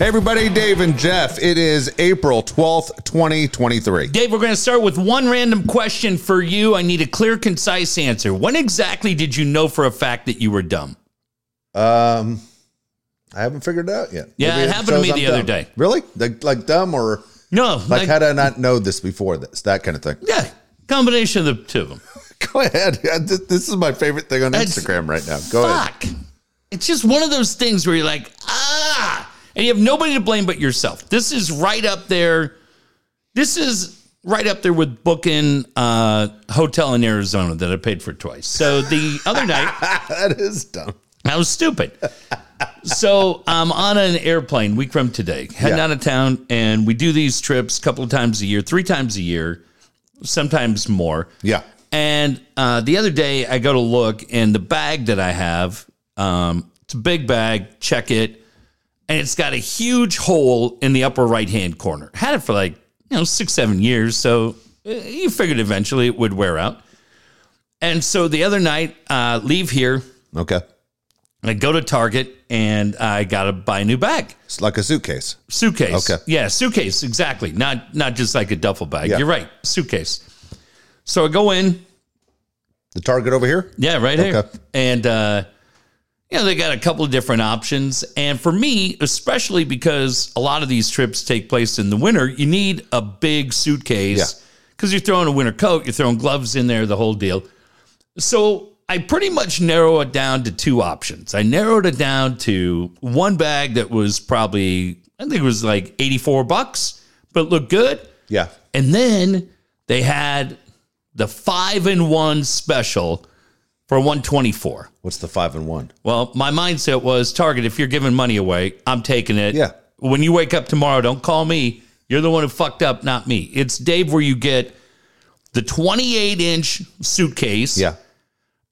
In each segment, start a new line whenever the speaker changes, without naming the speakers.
Hey, everybody, Dave and Jeff. It is April 12th, 2023.
Dave, we're going to start with one random question for you. I need a clear, concise answer. When exactly did you know for a fact that you were dumb?
Um, I haven't figured it out yet.
Yeah, it happened to
shows
me
I'm
the other
dumb.
day.
Really? Like, like dumb or
No,
like,
like,
how did I not know this before this? That kind of thing.
yeah, combination of the two of them.
Go ahead. Yeah, th- This is my favorite thing on
That's-
Instagram right now. Go ahead.
Fuck. It's just one of those things where you're like, ah, and you have nobody to blame but yourself. This is right up there. This is right up there with booking uh hotel in Arizona that I paid for twice. So the other night.
that is dumb.
I was stupid. so I'm on an airplane week from today, heading
Yeah.
out of town, and we do these trips a couple of times a year, three times a year, sometimes more.
Yeah.
And uh, the other day, I go to look, and the bag that I have, um, it's a big bag, check it, and it's got a huge hole in the upper right hand corner. Had it for like, you know, six, seven years. So uh, you figured eventually it would wear out. And so the other night, uh, leave here,
Okay.
I go to Target and I gotta buy a new bag,
It's like a suitcase.
suitcase.
Okay.
yeah, suitcase exactly. Not not just like a duffel bag.
Yeah.
You're right, suitcase. So I go in,
The target over here?
yeah, right here,
Okay.
and uh, you know they got a couple of different options. And for me, especially because a lot of these trips take place in the winter, you need a big
Yeah.
suitcase because you're throwing a winter coat, you're throwing gloves in there, the whole deal. So I pretty much narrow it down to two options. I narrowed it down to one bag that was probably, I think it was like 84 bucks, but it looked good.
Yeah.
And then they had the five in one special for 124.
What's the five and one?
Well, my mindset was Target, if you're giving money away, I'm taking it.
Yeah.
When you wake up tomorrow, don't call me. You're the one who fucked up, not me. It's Dave where you get the 28 inch suitcase.
Yeah.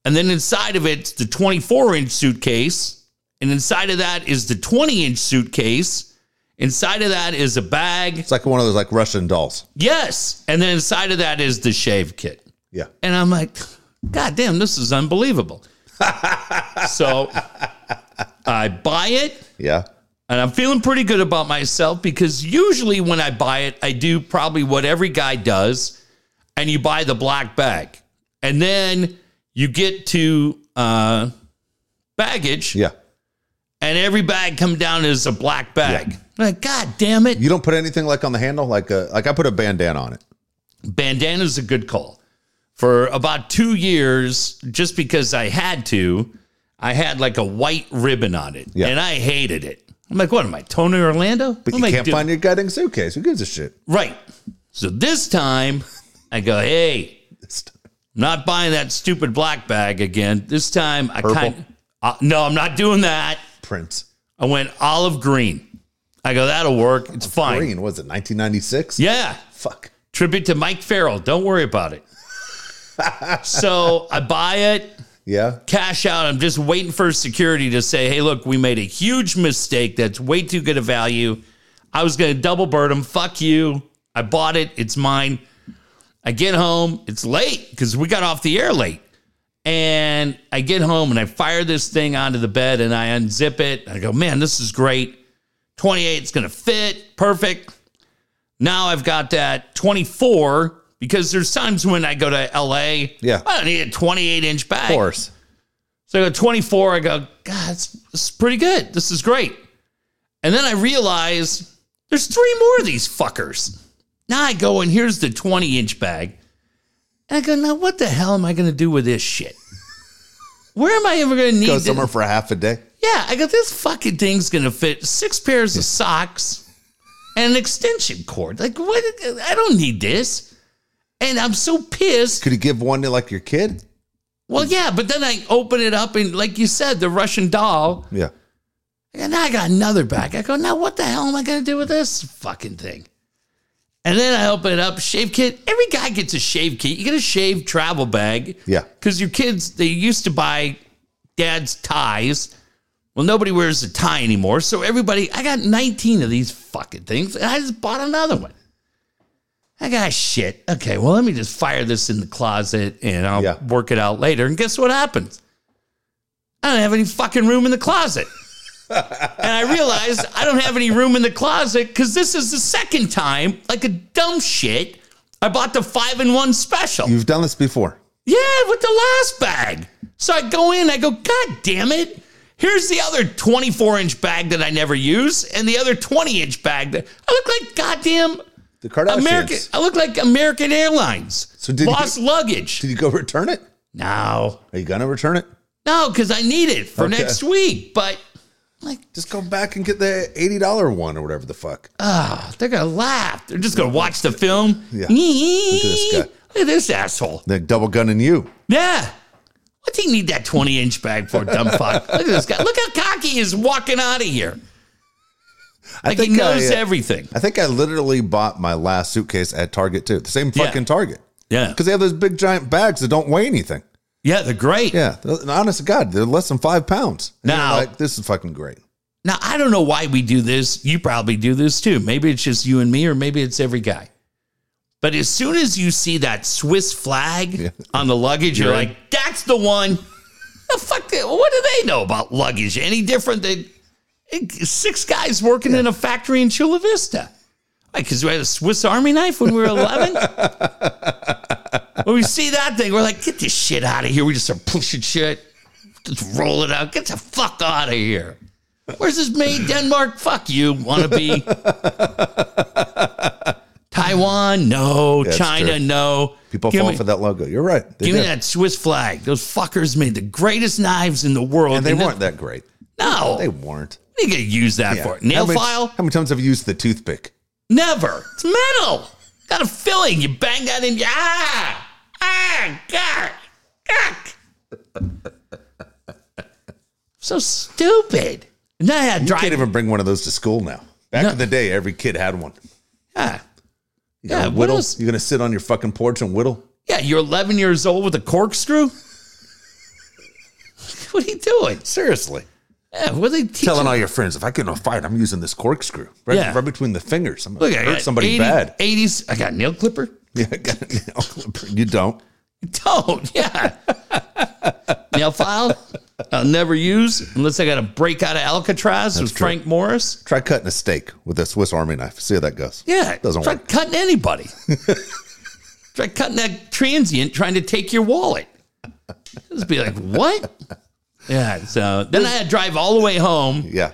And then inside of it's the 24 inch suitcase. And inside of that is the 20 inch suitcase. Inside of that is a bag.
It's like one of those like Russian dolls.
Yes. And then inside of that is the shave kit.
Yeah.
And I'm like, God damn, this is unbelievable. so I buy it
Yeah.
and I'm feeling pretty good about myself because usually when I buy it, I do probably what every guy does, and you buy the black bag, and then you get to uh, baggage,
Yeah.
and every bag come down is a black bag. Like, God damn it,
You don't put anything like on the handle, like a, like I put a bandana on it.
bandana's a good call. For about two years, just because I had to, I had like a white ribbon on it,
Yeah.
and I hated it. I'm like, what am I, Tony Orlando?
But you can't find your goddamn suitcase. Who gives a shit?
Right. So this time I go, hey, I'm not buying that stupid black bag again. This time I
Purple?
kind uh, no, I'm not doing that.
Prince.
I went olive green. I go, that'll work. It's fine.
Green. Was it 1996?
Yeah.
Fuck.
Tribute to Mike Farrell. Don't worry about it. so I buy it,
Yeah.
cash out. I'm just waiting for security to say, hey, look, we made a huge mistake. That's way too good a value. I was going to double bird them. Fuck you. I bought it. It's mine. I get home. It's late because we got off the air late. And I get home and I fire this thing onto the bed and I unzip it. I go, man, this is great. 28 is going to fit. Perfect. Now I've got that 24 because there's times when I go to LA.
Yeah.
I don't need a 28 inch bag.
Of course.
So I go 24. I go, God, it's, this is pretty good. This is great. And then I realize there's three more of these fuckers. Now I go and here's the 20 inch bag. And I go, now what the hell am I going to do with this shit? Where am I ever going to need
Go
this?
somewhere for a half a day.
Yeah, I go, this fucking thing's going to fit six pairs of socks and an extension cord. Like, what? I don't need this. And I'm so pissed.
Could you give one to like your kid?
Well, yeah, but then I open it up and, like you said, the Russian doll.
Yeah.
And now I got another bag. I go, now what the hell am I going to do with this fucking thing? And then I open it up, shave kit. Every guy gets a shave kit. You get a shave travel bag.
Yeah.
Because your kids, they used to buy dad's ties. Well, nobody wears a tie anymore. So everybody, I got 19 of these fucking things. And I just bought another one. I got shit. Okay, well, let me just fire this in the closet and I'll
Yeah.
work it out later. And guess what happens? I don't have any fucking room in the closet. And I realized I don't have any room in the closet because this is the second time, like a dumb shit, I bought the five in one special.
You've done this before.
Yeah, with the last bag. So I go in, I go, God damn it. Here's the other 24 inch bag that I never use, and the other 20 inch bag that I look like goddamn
The Kardashians.
American. I look like American Airlines.
So did you-
lost luggage.
Did you go return it?
No,
Are you gonna return it?
no, because I need it for
Okay.
next week. But like,
Just go back and get the eighty dollar one or whatever the fuck.
oh, they're gonna laugh. They're just gonna watch the film.
Yeah. at
Look
this guy.
Look at this asshole.
They're double gunning you.
Yeah. What's he need that 20 inch bag for, dumb fuck? Look at this guy. Look how cocky he is walking out of here.
I
Like he knows
I, uh,
everything.
I think I literally bought my last suitcase at Target too. The same
Yeah.
fucking Target.
Yeah.
Because they have those big giant bags that don't weigh anything.
Yeah, they're great.
Yeah. th- and honest to God, they're less than five pounds. And you're
Now-
like, this is fucking great.
Now, I don't know why we do this. You probably do this too. Maybe it's just you and me, or maybe it's every guy. But as soon as you see that Swiss flag on the luggage, you're,
You're in.
like, that's the one. The fuck, they- what do they know about luggage? Any different than eh, six guys working in a factory in Chula Vista? Because we had a Swiss Army knife when we were 11. when we see that thing, we're like, get this shit out of here. We just start pushing shit, just roll it out. Get the fuck out of here. Where's this made? Denmark? Fuck you, wannabe. Taiwan? No.
it's
China?
true.
No.
People
Give
fall
me-
for that logo. You're right. They
Give me
did.
that Swiss flag. Those fuckers made the greatest knives in the world.
and they
then-
weren't that great.
No.
They weren't.
you gonna use that
Yeah.
for nail
how many,
file?
How many times have you used the toothpick?
Never. It's metal. Got a filling. You bang that in. Ah, ah, God, Yuck. So stupid. And then I had
You can't
drive.
even bring one of those to school now. Back
No.
in the day, every kid had one.
Ah.
You
Yeah,
gonna
what
whittle.
else?
You're gonna sit on your fucking porch and whittle.
Yeah, you're 11 years old with a corkscrew. what are you doing?
Seriously,
Yeah, what are they teaching?
telling all your friends if I get in a fight, I'm using this corkscrew right,
Yeah.
right between the fingers. I'm gonna
Look, I
hurt
got
somebody
80
bad.
80s. I got a nail clipper.
Yeah, I got a nail clipper. you don't.
Don't, yeah. Nail file I'll never use unless I got to break out of Alcatraz with
true.
Frank Morris.
Try cutting a steak with a Swiss Army knife. See how that goes.
Yeah,
doesn't
try
work.
cutting anybody. try cutting that transient trying to take your wallet. Just be like, what? Yeah. So then I had to drive all the way home.
Yeah,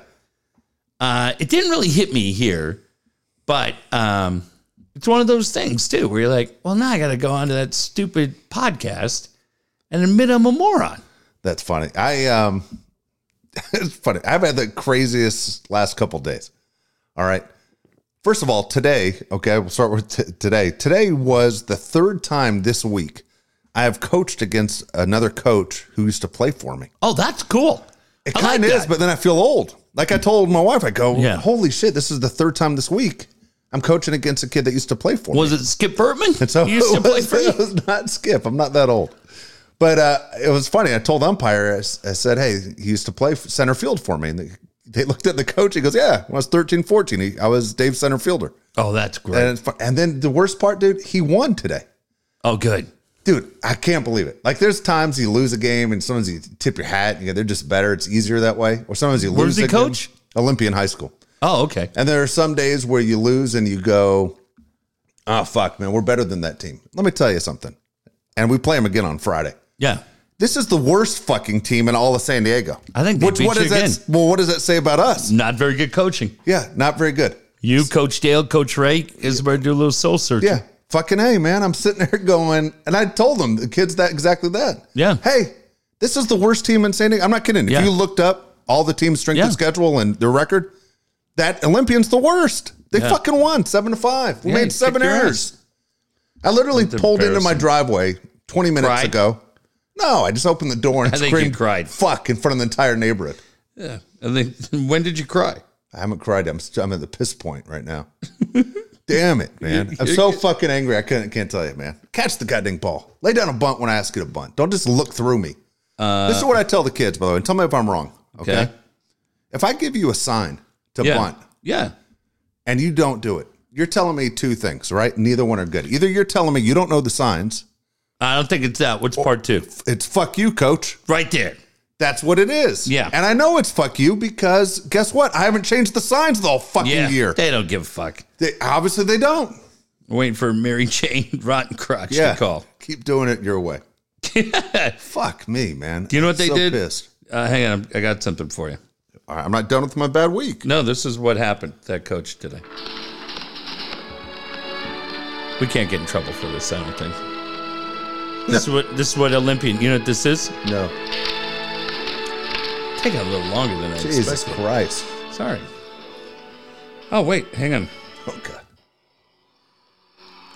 Uh, it didn't really hit me here, but um, it's one of those things too where you're like, well, now I got to go onto that stupid podcast and admit I'm a moron.
that's funny. I um, it's funny. I've had the craziest last couple days. All right. First of all, today. Okay, we'll start with t- today. Today was the third time this week I have coached against another coach who used to play for me.
Oh, that's cool.
It
I like
kind of is,
that.
but then I feel old. Like I told my wife, I go,
Yeah.
"Holy shit, this is the third time this week I'm coaching against a kid that used to play for me."
Was it Skip Burtman?
And so
You used to
it
play
was-
for
it
you?
was not Skip. I'm not that old. But uh, it was funny. I told umpire, I, s- I said, hey, he used to play f- center field for me. And they, they looked at the coach. He goes, yeah, when I was 13, 14, he, I was Dave center fielder.
Oh, that's
And,
great.
it's fu- and then the worst part, dude, he won today.
Oh, good.
Dude, I can't believe it. Like, there's times you lose a game and sometimes you tip your hat. And, you know, they're just better. It's easier that way. Or sometimes you lose
Where's he
a game.
coach?
Olympian High School.
Oh, okay.
And there are some days where you lose and you go, oh, fuck, man, we're better than that team. Let me tell you something. And we play them again on Friday.
Yeah.
This is the worst fucking team in all of San Diego.
I think they beat
what
you
does that?
again.
Well, what does that say about us?
Not very good coaching.
Yeah, not very good.
You, Coach Dale, Coach Ray, Isabel do a little soul search.
Yeah, fucking hey, man. I'm sitting there going, and I told them the kids that exactly that.
Yeah.
Hey, this is the worst team in San Diego. I'm not kidding.
Yeah.
If you looked up all the team's strength
Yeah.
of schedule and their record, that Olympian's the worst. They
Yeah.
fucking won seven to five. We
Yeah, you
made seven
kicked your
errors. I literally pulled into my
embarrassing.
driveway 20 minutes
Cried?
ago. No, I just opened the door and
I think you
screamed
cried.
fuck in front of the entire neighborhood.
Yeah. And then when did you cry?
I haven't cried. I'm st- I'm at the piss point right now. Damn it, man! I'm so fucking angry. I couldn't can't tell you, man. Catch the goddamn ball. Lay down a bunt when I ask you to bunt. Don't just look through me. this is what I tell the kids, by the way. And tell me if I'm wrong. Okay.
Uh, Okay.
If I give you a sign to
Yeah.
bunt
Yeah.
and you don't do it, you're telling me two things, right? Neither one are good. Either you're telling me you don't know the signs.
I don't think it's that. What's part two?
It's fuck you, coach.
Right there.
That's what it is.
Yeah.
And I know it's fuck you because guess what? I haven't changed the signs the whole fucking
Yeah,
year.
they don't give a fuck.
They, obviously, they don't.
We're waiting for Mary Jane Rotten Crotch
Yeah.
to call.
Keep doing it your way. Fuck me, man. Do
you know what they did?
Pissed.
Uh, hang on, I got something for you.
All right, I'm not done with my bad week.
No, this is what happened to that coach today. We can't get in trouble for this, I don't think. This is what this is what Olympian. You know what this is?
No.
Taking a little longer than I
Jesus
expected.
Christ.
Sorry. Oh wait, hang on.
Oh, God.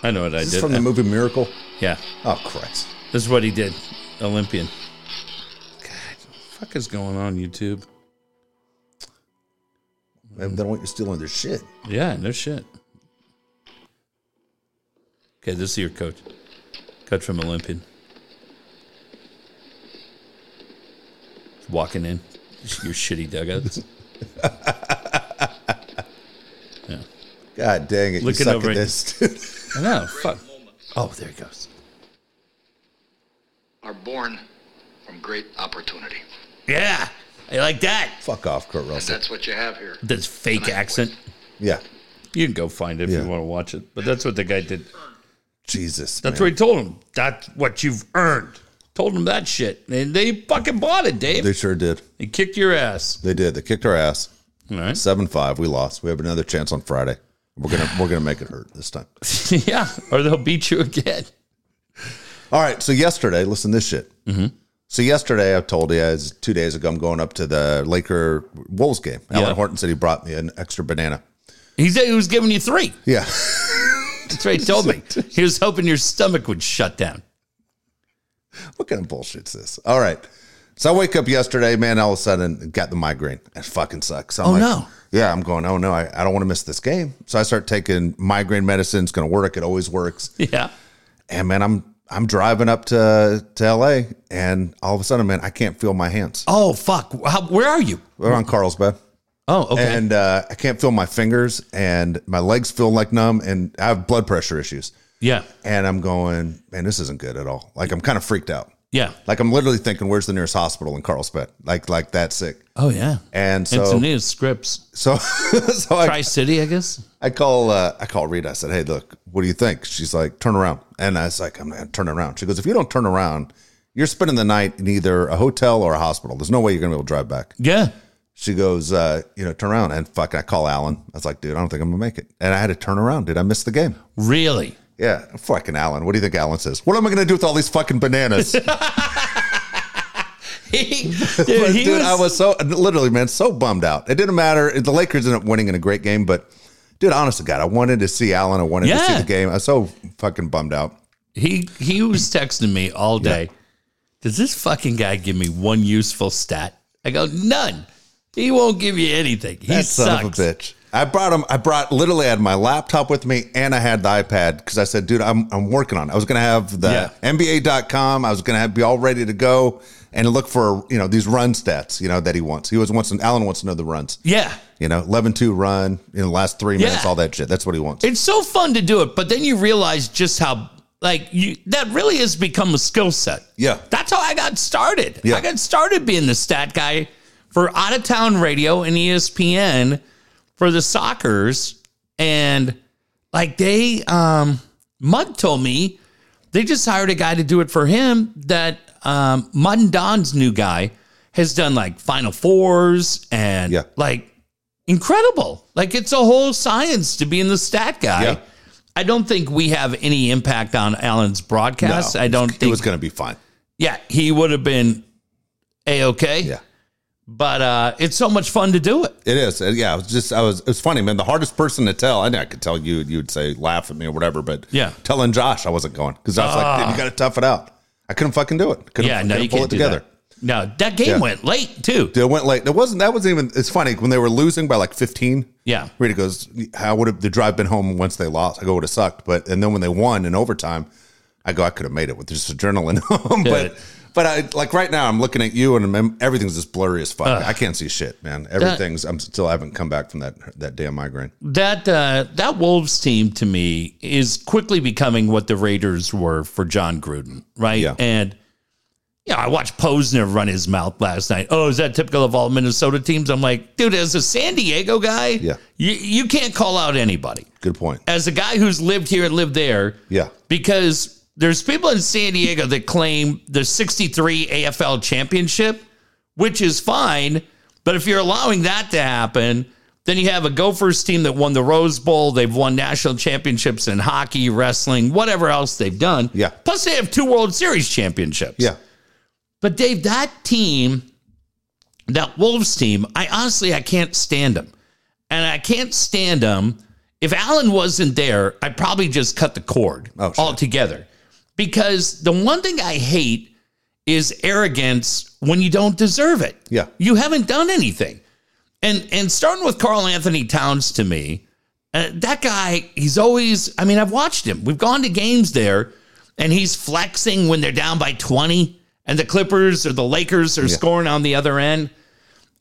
I know what I
Is
did. Uh,
this from the movie Miracle?
yeah,
Oh, Christ.
this is what he did. Olympian. God, what the fuck is going on YouTube?
Maybe they don't want you stealing their shit.
Yeah, no shit. Okay, this is your coach. Coach from Olympian. Walking in your shitty dugouts.
God dang it.
Looking
you suck
over
at
it.
this.
I know, fuck. Oh, there he goes.
are born from great opportunity.
Yeah, I like that.
Fuck off, Kurt
And
Russell.
that's what you have here.
This fake accent.
Yeah.
You can go find it if
Yeah.
you want to watch it. But that's what the guy did.
Jesus.
That's
man.
what he told him. That's what you've earned. Told him that shit. And they fucking bought it, Dave.
They sure did.
They kicked your ass.
They did. They kicked our ass.
All right.
Seven five. We lost. We have another chance on Friday. We're gonna we're gonna make it hurt this time.
yeah, or they'll beat you again.
All right. So yesterday, listen to this shit.
Mm-hmm.
So yesterday, I told you, as two days ago, I'm going up to the Laker Wolves game. Alan
Yeah.
Horton said he brought me an extra banana.
He said he was giving you three.
Yeah.
That's what he told me. He was hoping your stomach would shut down.
what kind of bullshit's this? All right. So I wake up yesterday, man. All of a sudden, got the migraine. It fucking sucks. So I'm
Oh,
like,
no.
Yeah, I'm going. Oh no, I, I don't want to miss this game. So I start taking migraine medicine. It's gonna work. It always works.
Yeah.
and man, I'm I'm driving up to to LA, and all of a sudden, man, I can't feel my hands.
Oh fuck. How, where are you?
We're on Carlsbad,
Oh, okay.
and uh, I can't feel my fingers, and my legs feel like numb, and I have blood pressure issues.
yeah.
And I'm going, man, this isn't good at all. Like I'm kind of freaked out.
Yeah.
Like I'm literally thinking, where's the nearest hospital in Carlsbad? Like like that sick.
Oh yeah.
And
And
so
news scripts.
so so I,
Tri City, I guess.
I call uh, I call Rita. I said, "Hey, look, what do you think?" She's like, "Turn around," and I was like, "I'm not gonna turn around." She goes, "If you don't turn around, you're spending the night in either a hotel or a hospital. There's no way you're gonna be able to drive back."
Yeah.
She goes, uh, "You know, turn around," and fucking, I call Alan. I was like, "Dude, I don't think I'm gonna make it," and I had to turn around. Did I miss the game?
Really.
Yeah, fucking Alan. What do you think Alan says? What am I gonna do with all these fucking bananas?
dude,
But,
he
dude,
was,
I was so literally, man, so bummed out. It didn't matter. The Lakers ended up winning in a great game, but dude, honest to God, I wanted to see Allen. I wanted to see
Yeah.
the game. I was so fucking bummed out.
he he was texting me all day. Does this fucking guy give me one useful stat? I go none. He won't give you anything. He
That
sucks.
son of a bitch. I brought him. I brought literally I had my laptop with me and I had the iPad because I said, dude, I'm I'm working on. It. I was gonna have the
Yeah.
NBA.com. I was gonna have, be all ready to go and look for you know these run stats you know that he wants. He was wants Allen wants to know the runs.
Yeah.
You know, 11-2 run in the last three
Yeah.
minutes, all that shit. That's what he wants.
it's so fun to do it, but then you realize just how like you that really has become a skill set.
Yeah.
That's how I got started.
Yeah.
I got started being the stat guy for out of town radio and E ESPN for the soccers and like they um Mud told me they just hired a guy to do it for him that um Mud and Don's new guy has done like final fours and
Yeah.
like incredible. Like it's a whole science to being the stat guy.
Yeah.
I don't think we have any impact on Allen's broadcast.
No,
I don't
He
think.
was gonna be fine.
yeah, he would have been a okay.
Yeah.
But uh, it's so much fun to do it.
It is. Uh, Yeah. It was just, I was, it was funny, man. The hardest person to tell, I know I could tell you, you'd say laugh at me or whatever, but
Yeah. Ah.
telling Josh I wasn't going because I was like, dude, you got to tough it out. I couldn't fucking do it. Couldn't,
Yeah, no,
couldn't
you can't do that. No, that game
Yeah.
went late too.
Dude, it went late. It wasn't, that wasn't even, it's funny when they were losing by like 15.
Yeah.
Rita goes, how would have the drive been home once they lost? I go, would have sucked. But, and then when they won in overtime, I go, I could have made it with just adrenaline.
Dude.
but, but I like right now, I'm looking at you and I'm, everything's just blurry as fuck. I can't see shit, man. Everything's, I'm still, I haven't come back from that, that damn migraine.
That uh, that Wolves team to me is quickly becoming what the Raiders were for John Gruden, right?
Yeah.
And you know, I watched Posner run his mouth last night. Oh, is that typical of all Minnesota teams? I'm like, dude, as a San Diego guy,
Yeah.
you, you can't call out anybody.
Good point.
As a guy who's lived here and lived there,
Yeah.
because there's people in San Diego that claim the 63 AFL championship, which is fine. But if you're allowing that to happen, then you have a Gophers team that won the Rose Bowl. They've won national championships in hockey, wrestling, whatever else they've done.
Yeah.
Plus, they have two World Series championships.
Yeah.
But Dave, that team, that Wolves team, I honestly I can't stand them, and I can't stand them. If Allen wasn't there, I'd probably just cut the cord
Oh, sure.
altogether. Because the one thing I hate is arrogance when you don't deserve it.
Yeah.
You haven't done anything. And and starting with Carl Anthony Towns to me, uh, that guy, he's always, I mean, I've watched him. We've gone to games there and he's flexing when they're down by 20 and the Clippers or the Lakers are scoring on the other end.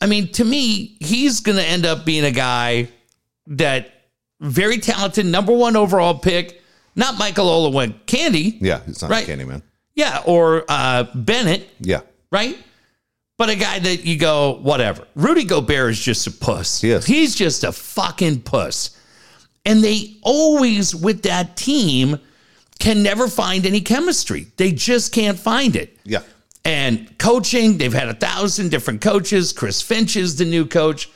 I mean, to me, he's going to end up being a guy that very talented, number one overall pick, not Michael Olawin Candy.
Yeah. It's not
Right.
candy, man.
Yeah. Or uh, Bennett
Yeah.
right? But a guy that you go, whatever. Rudy Gobert is just a puss.
He is.
He's just a fucking puss. And they always, with that team, can never find any chemistry. They just can't find it.
Yeah.
And coaching, they've had a thousand different coaches. Chris Finch is the new coach.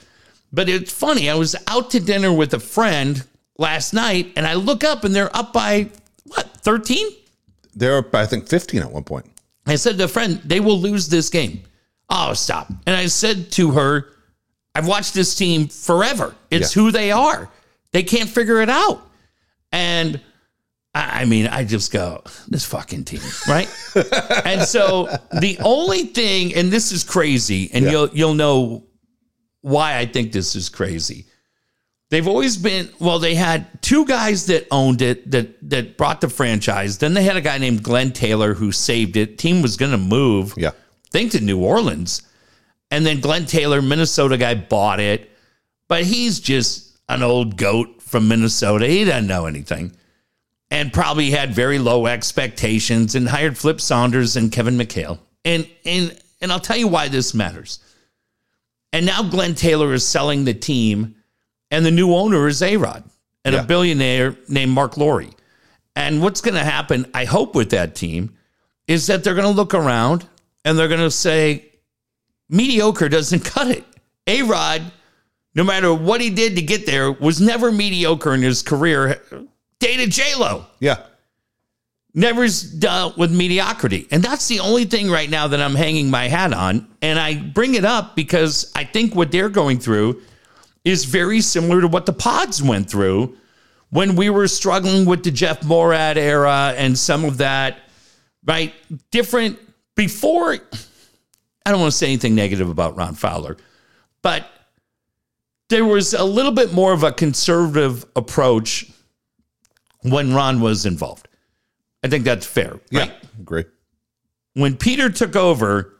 But it's funny, I was out to dinner with a friend last night, and I look up and they're up by what, 13?
They're up, I think, 15 at one point.
I said to a friend, they will lose this game. Oh, stop. And I said to her, I've watched this team forever. It's
Yeah.
who they are. They can't figure it out. And I I mean, I just go, this fucking team, right? and so the only thing, and this is crazy, and you'll you'll know why I think this is crazy. They've always been well, they had two guys that owned it that that brought the franchise. Then they had a guy named Glenn Taylor who saved it. Team was gonna move
Yeah.
think to New Orleans. And then Glenn Taylor, Minnesota guy, bought it. But he's just an old goat from Minnesota. He doesn't know anything. And probably had very low expectations and hired Flip Saunders and Kevin McHale. And and and I'll tell you why this matters. And now Glenn Taylor is selling the team, and the new owner is A-Rod and
Yeah.
a billionaire named Mark Laurie. And what's gonna happen, I hope, with that team is that they're going to look around and they're going to say, mediocre doesn't cut it. A Rod, no matter what he did to get there, was never mediocre in his career. Dated J Lo,
Yeah.
never's dealt with mediocrity. And that's the only thing right now that I'm hanging my hat on. And I bring it up because I think what they're going through is very similar to what the pods went through when we were struggling with the Jeff Morad era and some of that, right? Different before, I don't want to say anything negative about Ron Fowler, but there was a little bit more of a conservative approach when Ron was involved. I think that's fair.
Yeah.
Right?
Agree.
When Peter took over,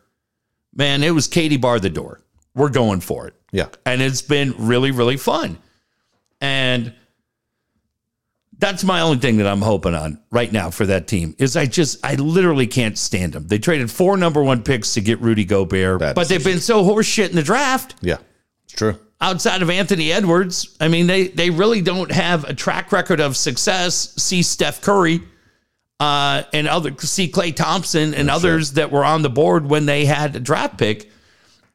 man, it was Katie bar the door. We're going for it
Yeah.
and it's been really really fun and that's my only thing that i'm hoping on right now for that team is i just i literally can't stand them they traded four number one picks to get rudy gobert
Bad
but they've been so horseshit in the draft
Yeah. It's true.
outside of anthony edwards i mean they they really don't have a track record of success see steph curry uh, and other see clay thompson and others that were on the board when they had a draft pick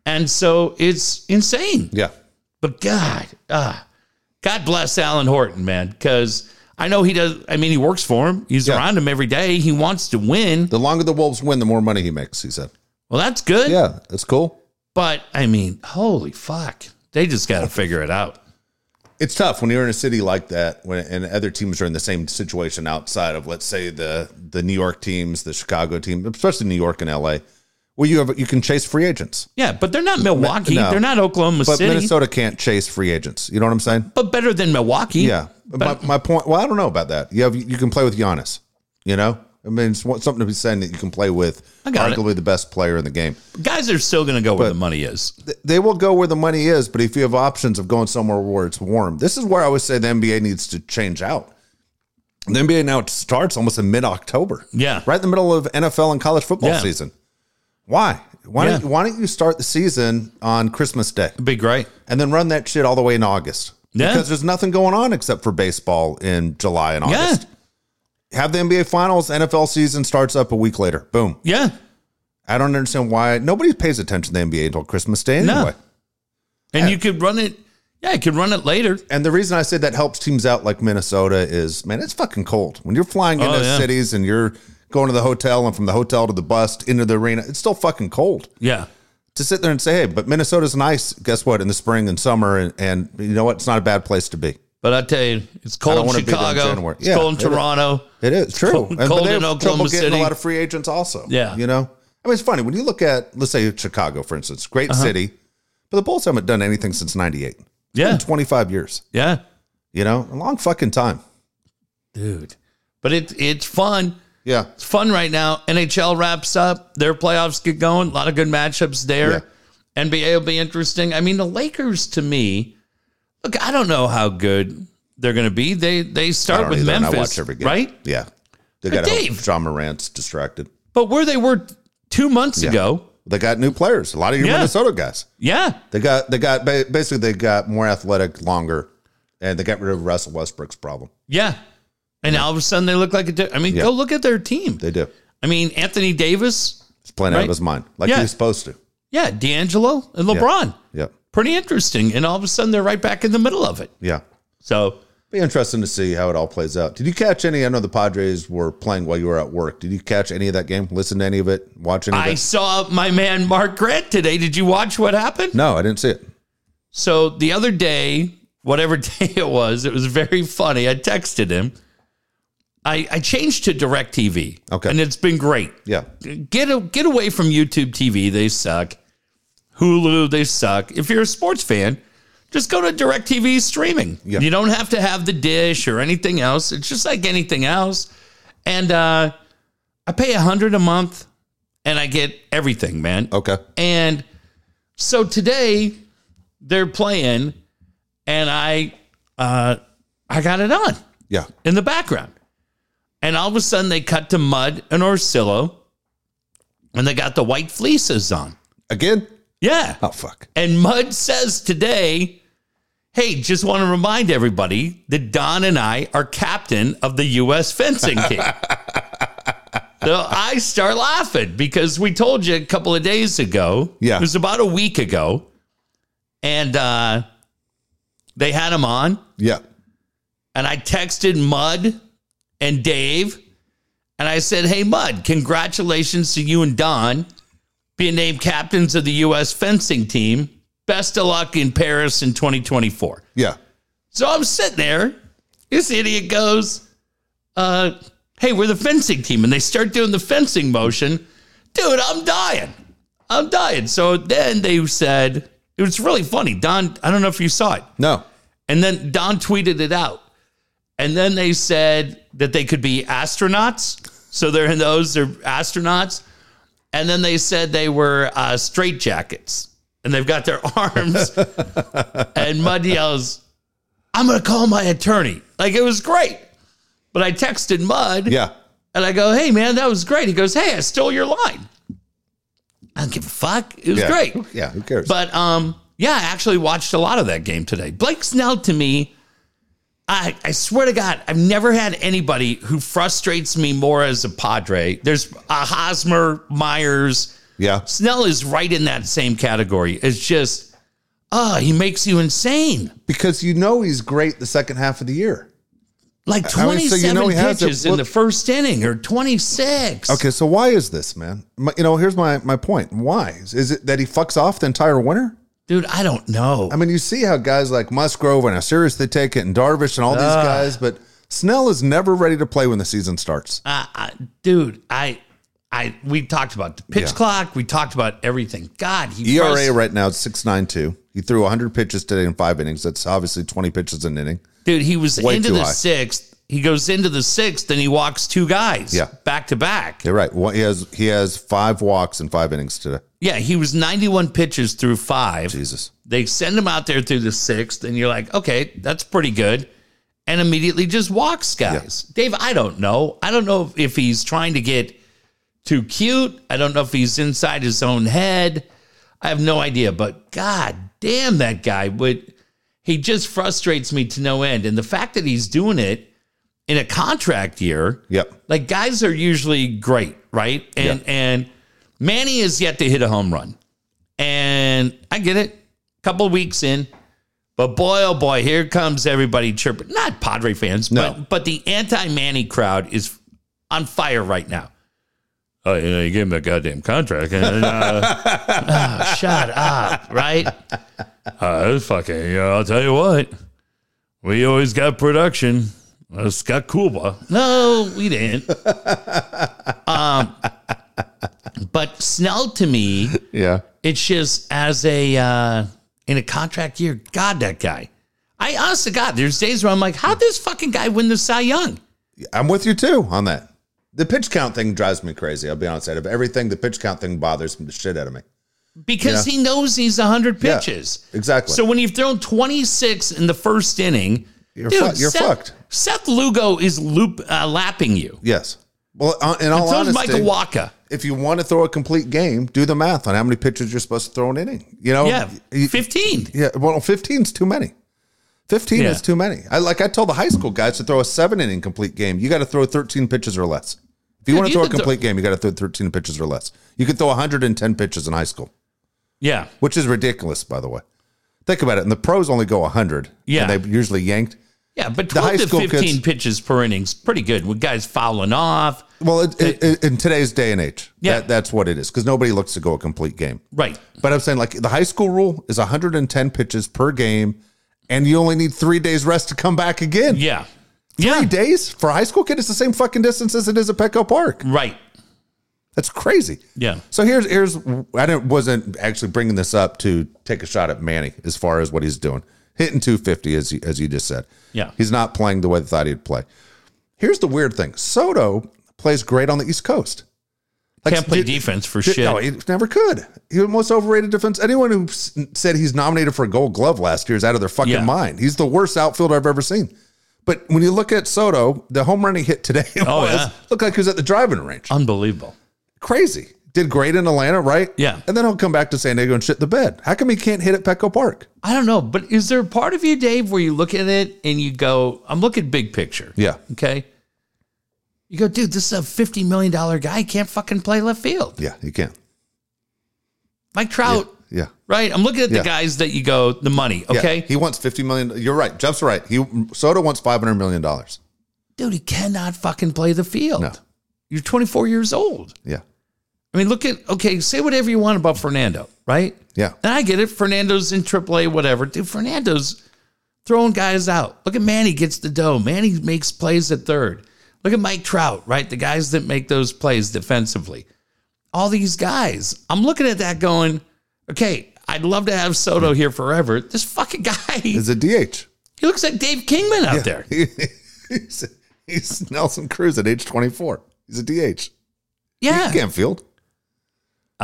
and so it's insane
Yeah.
but God, ah, God bless Alan Horton, man, because I know he does. I mean, he works for him. He's
Yeah.
around him every day. He wants to win.
The longer the Wolves win, the more money he makes, he said.
Well, that's good.
Yeah. That's cool.
But I mean, holy fuck, they just got to figure it out.
It's tough when you're in a city like that, when and other teams are in the same situation outside of, let's say the the New York teams, the Chicago team, especially New York and L.A. Well, you have you can chase free agents,
Yeah, but they're not Milwaukee.
no.
They're not Oklahoma
but
City.
Minnesota can't chase free agents. You know what I'm saying?
but better than Milwaukee.
Yeah. my, my point. Well, I don't know about that. You have you can play with Giannis. You know, I mean, it's one- something to be saying that you can play with
I got it.
arguably the best player in the game.
Guys are still going to go where the money is.
Th- They will go where the money is, but if you have options of going somewhere where it's warm, this is where I would say the NBA needs to change out. The NBA now starts almost in mid October.
Yeah.
Right in the middle of NFL and college football
Yeah.
season. Why? Why
Yeah.
don't Why don't you start the season on Christmas Day
It'd be great.
and then run that shit all the way in August?
Yeah.
Because there's nothing going on except for baseball in July and
Yeah.
August. Have the NBA Finals. NFL season starts up a week later. Boom.
Yeah.
I don't understand why nobody pays attention to the NBA until Christmas Day
No.
anyway.
And you could run it. Yeah, you could run it later.
And the reason I said that helps teams out like Minnesota is, man, it's fucking cold. When you're flying into
Oh, yeah.
cities and you're going to the hotel and from the hotel to the bus into the arena, it's still fucking cold.
Yeah.
To sit there and say, hey, but Minnesota's nice, guess what, in the spring and summer, and, and you know what? It's not a bad place to be.
But I tell you, it's
don't
cold in
wanna be there in
Chicago.
January.
it's
Yeah,
cold in
it is.
Toronto.
It is true.
Cold- cold
they
in
have
Oklahoma
trouble getting
City.
a lot of free agents also.
Yeah.
You know? I mean, it's funny. When you look at, let's say, Chicago, for instance, great
Uh-huh.
city, but the Bulls haven't done anything since 98.
Yeah.
25 years.
Yeah.
You know? A long fucking time.
Dude. But it, it's fun.
Yeah.
It's fun right now. NHL wraps up. Their playoffs get going. A lot of good matchups there. NBA will be interesting. I mean, the Lakers to me, look, I don't know how good they're going to be. They they
I
start
don't
with
either, and
Memphis,
I watch every game.
right?
Yeah. They
But
got
Dave-
John Morant's distracted.
But where they were two months ago,
They got new players. A lot of your
Yeah.
Minnesota guys.
yeah,
They got they got ba- basically they got more athletic, longer, and they got rid of Russell Westbrook's problem.
yeah. And all of a sudden they look like a. di- I mean, go look at their team.
They do.
I mean, Anthony Davis,
He's playing out
Right.
of his mind, like
Yeah.
he was supposed to.
yeah, D'Angelo and LeBron.
Yeah,
Pretty interesting. And all of a sudden they're right back in the middle of it.
yeah.
So
Be interesting to see how it all plays out. Did you catch any? I know the Padres were playing while you were at work. Did you catch any of that game? Listen to any of it? Watch any
I
of it?
saw my man Mark Grant today. Did you watch what happened?
No, I didn't see it.
So the other day, whatever day it was, it was very funny. I texted him. I, I changed to DirecTV.
Okay.
And it's been great.
Yeah,
Get a, get away from YouTube TV. They suck. Hulu, they suck. If you're a sports fan, just go to DirecTV streaming.
Yeah.
You don't have to have the dish or anything else. It's just like anything else. And uh, I pay a hundred a month and I get everything, man.
okay.
And so today they're playing, and I uh, I got it on
Yeah,
in the background. And all of a sudden they cut to Mud and Orsillo, and they got the white fleeces on.
again.
Yeah.
Oh fuck.
And Mud says today, hey, just want to remind everybody that Don and I are captain of the U.S. fencing team. so I start laughing because we told you a couple of days ago.
Yeah.
It was about a week ago. And uh, they had him on.
Yeah,
And I texted Mud and Dave. And I said, hey, Mud, congratulations to you and Don being named captains of the U.S. fencing team. Best of luck in Paris in 2024.
yeah.
So I'm sitting there. This idiot goes, uh, hey, we're the fencing team. And they start doing the fencing motion. Dude, I'm dying. I'm dying. So then they said, it was really funny. Don, I don't know if you saw it.
No.
And then Don tweeted it out. And then they said that they could be astronauts. So they're in those, they're astronauts. And then they said they were uh, straight jackets and they've got their arms. and Mud yells, I'm going to call my attorney. Like it was great. But I texted Mud.
Yeah.
And I go, hey, man, that was great. He goes, hey, I stole your line. I don't give a fuck. It was
Yeah.
great.
Yeah. Who cares?
But um, yeah, I actually watched a lot of that game today. Blake Snell to me, I I swear to God, I've never had anybody who frustrates me more as a Padre. There's a Hosmer, Myers,
yeah.
Snell is right in that same category. It's just, ah, he makes you insane.
Because you know he's great the second half of the year.
Like
I mean, so
27
you know he has it.
pitches in
Look-
the first inning or 26.
Okay, so why is this, man? My, you know, here's my my point. Why is, is it that he fucks off the entire winter?
Dude, I don't know.
I mean, you see how guys like Musgrove and how serious they take it, and Darvish and all these guys, but Snell is never ready to play when the season starts.
uh, I, dude, I, I, we talked about the pitch
Yeah.
clock. We talked about everything. God, he
ERA
frust-
E right now is six nine two. He threw 100 pitches today in five innings. That's obviously 20 pitches an inning.
dude. He was
Way
into
too
the
high.
sixth. He goes into the sixth, and he walks two guys.
Yeah.
back to back.
You're right. Well, he has he has five walks in five innings today.
Yeah, he was ninety-one pitches through five.
Jesus.
They send him out there through the sixth, and you're like, okay, that's pretty good. And immediately just walks guys. Dave, I don't know. I don't know if he's trying to get too cute. I don't know if he's inside his own head. I have no idea, but god damn that guy would he just frustrates me to no end. And the fact that he's doing it in a contract year,
Yep.
like guys are usually great, right? And and Manny is yet to hit a home run. And I get it. Couple weeks in. But boy, oh boy, here comes everybody chirping. Not Padre fans,
No.
but but the anti-Manny crowd is on fire right now. Oh, you know, you gave him a goddamn contract. And, uh, oh, shut up, right? Uh, it's fucking, you know, I'll tell you what. We always got production. Us got Cuba. No, we didn't. um, but Snell to me,
Yeah.
it's just as a uh, in a contract year. God, that guy. I honest to God, there's days where I'm like, how'd this fucking guy win the Cy Young?
I'm with you too on that. The pitch count thing drives me crazy. I'll be honest. Out of everything, the pitch count thing bothers the shit out of me.
Because
Yeah.
he knows he's 100
Yeah,
pitches.
exactly.
So when you've thrown 26 in the first inning,
You're fu- you're
Seth,
fucked.
Seth Lugo is loop uh, lapping you.
Yes. Well, uh, in all
So is
honesty,
Michael Waka.
if you want to throw a complete game, do the math on how many pitches you're supposed to throw an inning. You know,
Yeah,
You-
15.
yeah. Well, 15 is too many. 15
Yeah.
is too many. I like I told the high school guys to throw a seven inning complete game. You got to throw 13 pitches or less. If you
Dude,
want to
you
throw a
could throw-
complete game, you got to throw 13 pitches or less. You could throw 110 pitches in high school,
Yeah.
which is ridiculous, by the way. Think about it. And the pros only go 100.
Yeah.
And they usually yanked.
Yeah, but
The high
12 to
school
15
kids-
pitches per inning's pretty good. With guys fouling off.
Well, it, it, it- in today's day and age,
Yeah.
that, that's what it is because nobody looks to go a complete game.
Right.
But I'm saying like the high school rule is 110 pitches per game, and you only need three days rest to come back again.
Yeah. Yeah.
Three days for a high school kid, it's the same fucking distance as it is at Petco Park.
Right.
That's crazy.
Yeah.
So here's here's I didn't, wasn't actually bringing this up to take a shot at Manny as far as what he's doing, hitting 250 as you, as you just said.
Yeah.
he's not playing the way they thought he'd play. Here's the weird thing: Soto plays great on the East Coast. Like,
Can't play
dude-
defense for
Dude,
shit.
No, he never could. He was the most overrated defense. Anyone who s- said he's nominated for a Gold Glove last year is out of their fucking
Yeah.
mind. He's the worst outfielder I've ever seen. But when you look at Soto, the home run he hit today
Oh,
was-
yeah.
looked like he was at the driving range.
Unbelievable.
Crazy. Did great in Atlanta, right?
Yeah.
And then he'll come back to San Diego and shit the bed. How come he can't hit at Petco Park?
I don't know, but is there a part of you, Dave, where you look at it and you go, I'm looking big picture.
Yeah.
Okay. You go, dude, this is a $50 million guy. He can't fucking play left field.
Yeah, he can.
Mike Trout,
Yeah.
right? I'm looking at
Yeah.
the guys that you go, the money.
Yeah.
Okay.
He wants $50 million. You're right. Jeff's right. He Soto wants $500 million.
dude, he cannot fucking play the field.
No.
You're 24 years old.
Yeah.
I mean, look at, okay, say whatever you want about Fernando, right?
Yeah.
And I get it. Fernando's in AAA, whatever. Dude, Fernando's throwing guys out. Look at Manny gets the dough. Manny makes plays at third. Look at Mike Trout, right? The guys that make those plays defensively. All these guys. I'm looking at that going, okay, I'd love to have Soto here forever. This fucking guy, he
He's a DH.
looks like Dave Kingman out there.
he's, he's Nelson Cruz at age 24. He's a DH.
Yeah.
He can't field.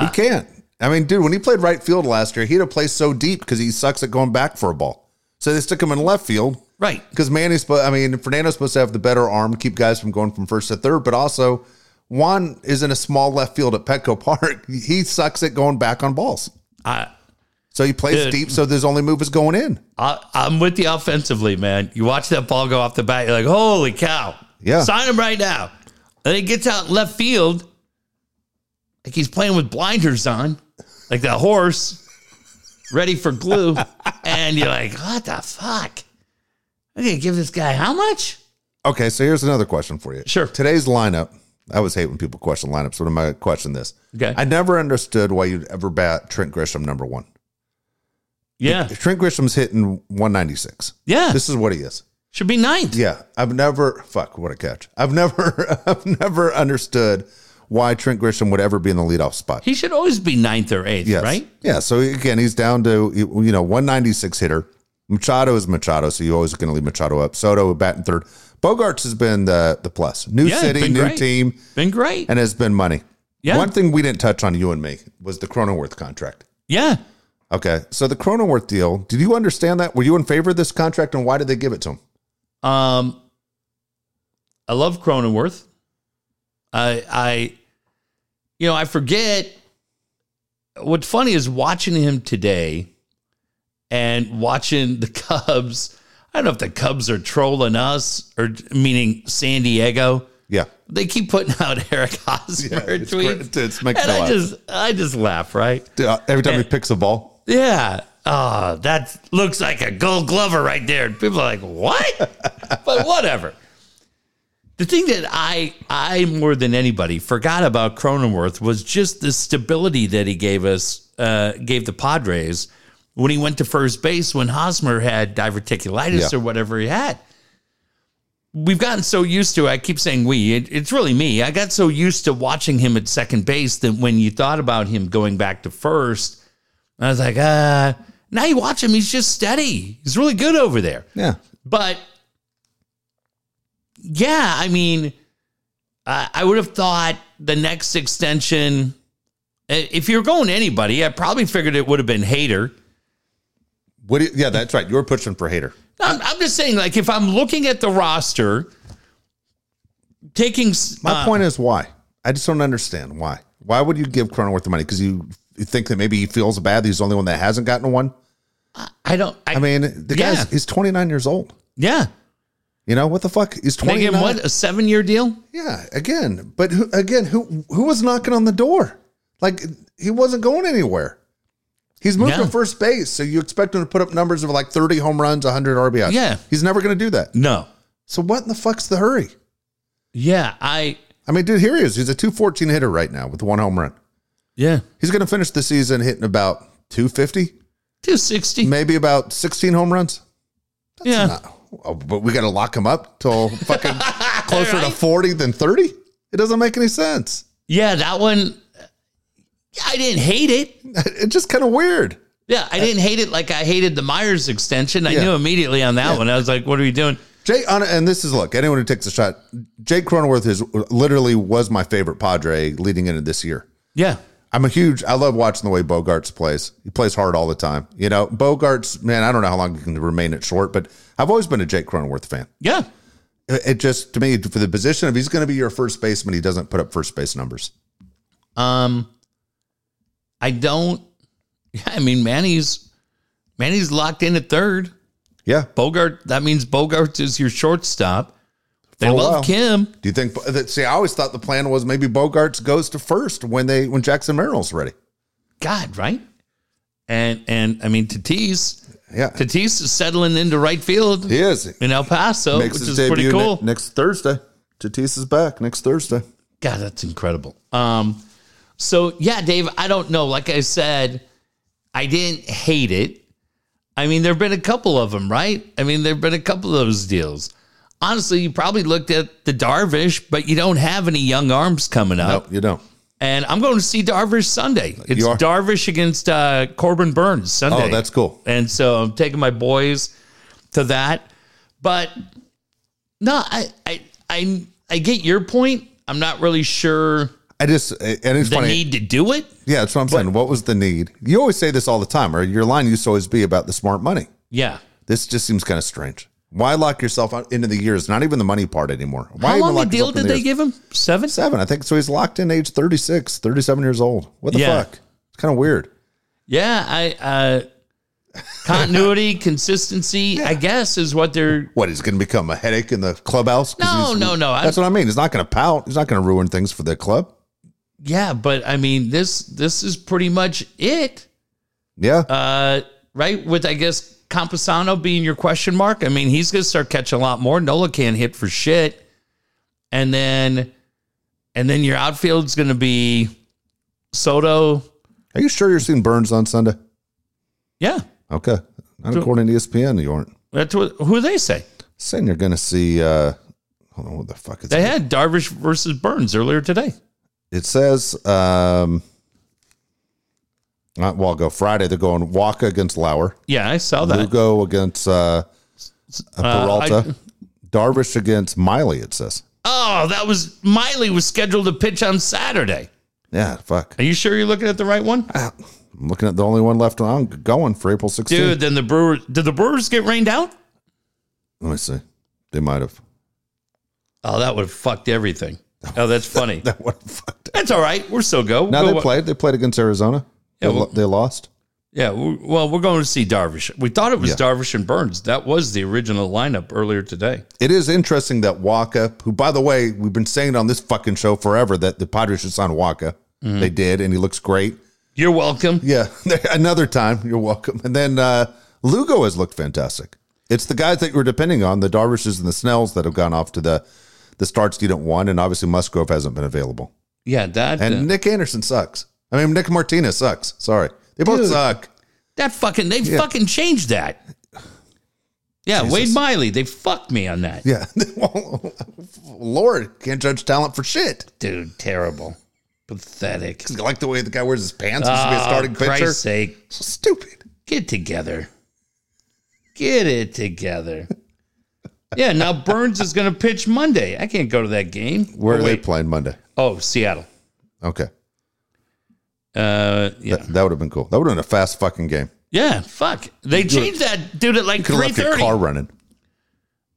he can't. I mean, dude, when he played right field last year, he'd have played so deep because he sucks at going back for a ball. So they stick him in left field
Right.
because Manny's. spo- I mean, Fernando's supposed to have the better arm, keep guys from going from first to third, but also Juan is in a small left field at Petco Park. He sucks at going back on balls.
I,
So he plays
Dude.
deep, so his only move is going in.
I, I'm with you offensively, man. You watch that ball go off the bat, you're like, holy cow.
Yeah.
Sign him right now. And he gets out in left field like he's playing with blinders on, like that horse, ready for glue. and you're like, what the fuck? I'm going to give this guy how much?
Okay, so here's another question for you.
Sure.
Today's lineup. I always hate when people question lineups. What am I question this?
Okay.
I never understood why you'd ever bat Trent Grisham number one.
Yeah.
Trent Grisham's hitting 196.
Yeah.
This is what he is.
Should be ninth.
Yeah, I've never fuck what a catch. I've never I've never understood why Trent Grisham would ever be in the leadoff spot.
He should always be ninth or eighth,
Yes.
right?
Yeah. So again, he's down to you know 196 hitter. Machado is Machado, so you always going to leave Machado up. Soto batting third. Bogarts has been the the plus. New
Yeah,
city,
been
new
great.
team,
Been great.
and has been money.
Yeah.
One thing we didn't touch on you and me was the Cronenworth contract.
yeah.
Okay, so the Cronenworth deal. Did you understand that? Were you in favor of this contract, and why did they give it to him?
Um, I love Cronenworth. I I you know, I forget. What's funny is watching him today and watching the Cubs. I don't know if the Cubs are trolling us or meaning San Diego.
Yeah.
They keep putting out Eric Hosmer
it's
tweets.
great. It's making
and
me
I
laugh.
just I just laugh, right?
Dude, uh, Every time he picks a ball,
Yeah. Oh, that looks like a gold glover right there. And people are like, what? but whatever. The thing that I I more than anybody forgot about Cronenworth was just the stability that he gave us, uh, gave the Padres when he went to first base when Hosmer had diverticulitis
Yeah.
or whatever he had. We've gotten so used to, I keep saying we, it, it's really me. I got so used to watching him at second base that when you thought about him going back to first, I was like, uh, now you watch him, he's just steady. He's really good over there.
yeah,
But yeah, I mean, I I would have thought the next extension, i- if you're going anybody, I probably figured it would have been Hater.
what? Do you, yeah, that's right. You were pushing for Hater.
I'm, I'm just saying, like, if I'm looking at the roster, taking s-
My
uh,
point is why. I just don't understand why. Why would you give Cronenworth the money? Because you, you think that maybe he feels bad. That he's the only one that hasn't gotten one.
I don't. I,
I mean, the
Yeah.
guy's he's 29 years old.
yeah,
You know what the fuck? He's
they gave
29.
him what a seven year deal.
Yeah, again, but who, again, who who was knocking on the door? Like he wasn't going anywhere. He's moved
Yeah.
to first base, so you expect him to put up numbers of like 30 home runs, 100 RBIs.
Yeah.
he's never going to do that.
No.
So what in the fuck's the hurry?
Yeah, I.
I mean, dude, here he is. He's a 214 hitter right now with one home run.
Yeah,
He's going to finish the season hitting about 250,
two sixty.
maybe about 16 home runs.
Yeah,
Oh, but we got to lock him up till fucking closer to 40 than 30. It doesn't make any sense.
yeah, that one. I didn't hate it.
It's just kind of weird.
Yeah, I didn't hate it like I hated the Myers extension. I
Yeah.
knew immediately on that one. I was like, what are we doing?
Jay, on, and this is look. Anyone who takes a shot, Jake Cronenworth is literally was my favorite Padre leading into this year.
Yeah.
I'm a huge. I love watching the way Bogarts plays. He plays hard all the time. You know, Bogarts, man. I don't know how long he can remain at short, but I've always been a Jake Cronenworth fan.
Yeah.
It it just to me for the position of he's going to be your first baseman. He doesn't put up first base numbers.
Um I don't Yeah, I mean Manny's Manny's locked in at third.
Yeah.
Bogart that means Bogart is your shortstop. They
For a
love
while.
Kim.
Do you think? that- See, I always thought the plan was maybe Bogarts goes to first when they when Jackson Merrill's ready.
God, right? And and I mean Tatis.
Yeah,
Tatis is settling into right field
he is.
in El Paso,
Makes
which
his
is
debut
pretty
ne-
cool.
next Thursday. Tatis is back next Thursday.
God, that's incredible. Um, so yeah, Dave, I don't know. Like I said, I didn't hate it. I mean, there've been a couple of them, right? I mean, there've been a couple of those deals. Honestly, you probably looked at the Darvish, but you don't have any young arms coming up.
you don't.
And I'm going to see Darvish Sunday. It's
are?
Darvish against uh, Corbin Burns Sunday.
Oh, that's cool.
And so I'm taking my boys to that. But no, I I I, I get your point. I'm not really sure
I just and it's
the
funny.
need to do it.
yeah, that's what I'm saying. What was the need? You always say this all the time, or your line used to always be about the smart money.
Yeah.
This just seems kind of strange. Why lock yourself out into the years? Not even the money part anymore. Why
How
even
long a
lock
deal
yourself in
did
the
they
years?
give him? Seven?
Seven, I think. So he's locked in age 36, 37 years old. What the
Yeah.
fuck? It's kind of weird.
Yeah. I uh continuity, consistency, I guess is what they're
What, he's going to become a headache in the clubhouse? 'Cause
No,
he's-
no, no. I-
That's what I mean. He's not going to pout. He's not going to ruin things for the club.
yeah, but I mean this this is pretty much it.
Yeah.
Uh right? With I guess Camposano being your question mark. I mean, he's gonna start catching a lot more. Nola can't hit for shit. And then and then your outfield's gonna be Soto.
Are you sure you're seeing Burns on Sunday?
Yeah.
Okay. Not according to E ESPN, you aren't.
That's what who they say.
Saying you're going to see. uh Hold on, what the fuck is
They
it?
had Darvish versus Burns earlier today.
It says, um, not well, go Friday. They're going Waka against Lauer,
Yeah, I saw that.
Lugo against uh, uh, Peralta,
I-
Darvish against Miley. It says,
Oh, that was Miley was scheduled to pitch on Saturday.
yeah, fuck.
Are you sure you're looking at the right one?
I'm looking at the only one left on going for April 16th.
Dude, then the Brewers did the Brewers get rained out?
Let me see. They might have.
Oh, that would have fucked everything. Oh, that's funny.
That would have fucked. up.
That's all right. We're still go.
Now
We'll
they
go-
played. They played against Arizona.
Yeah,
they, lo-
well-
they lost.
Yeah, we- well, we're going to see Darvish. We thought it was
Yeah.
Darvish and Burns. That was the original lineup earlier today.
It is interesting that Waka, who by the way, we've been saying it on this fucking show forever that the Padres should sign Waka.
Mm-hmm.
They did, and he looks great.
You're welcome.
Yeah, another time. You're welcome. And then uh, Lugo has looked fantastic. It's the guys that we're depending on, the Darvishes and the Snells, that have gone off to the the starts you don't want, and obviously Musgrove hasn't been available.
Yeah, that uh,
And Nick Anderson sucks. I mean, Nick Martinez sucks. Sorry, they both
Dude.
suck.
that fucking they fucking changed that. Yeah, Wade Miley, they fucked me on that.
Yeah, Well, Lord can't judge talent for shit.
Dude, terrible. Pathetic.
I like the way the guy wears his pants. He should be a
Oh,
starting pitcher.
Christ's sake.
Stupid.
get together. Get it together. Yeah, now Burns is going to pitch Monday. I can't go to that game.
Where
oh,
are they
wait.
playing Monday?
Oh, Seattle.
Okay,
Uh, yeah,
that, that would have been cool. That would have been a fast fucking game.
yeah. Fuck, they changed that dude at like
Could have
three
left your car
thirty.
running.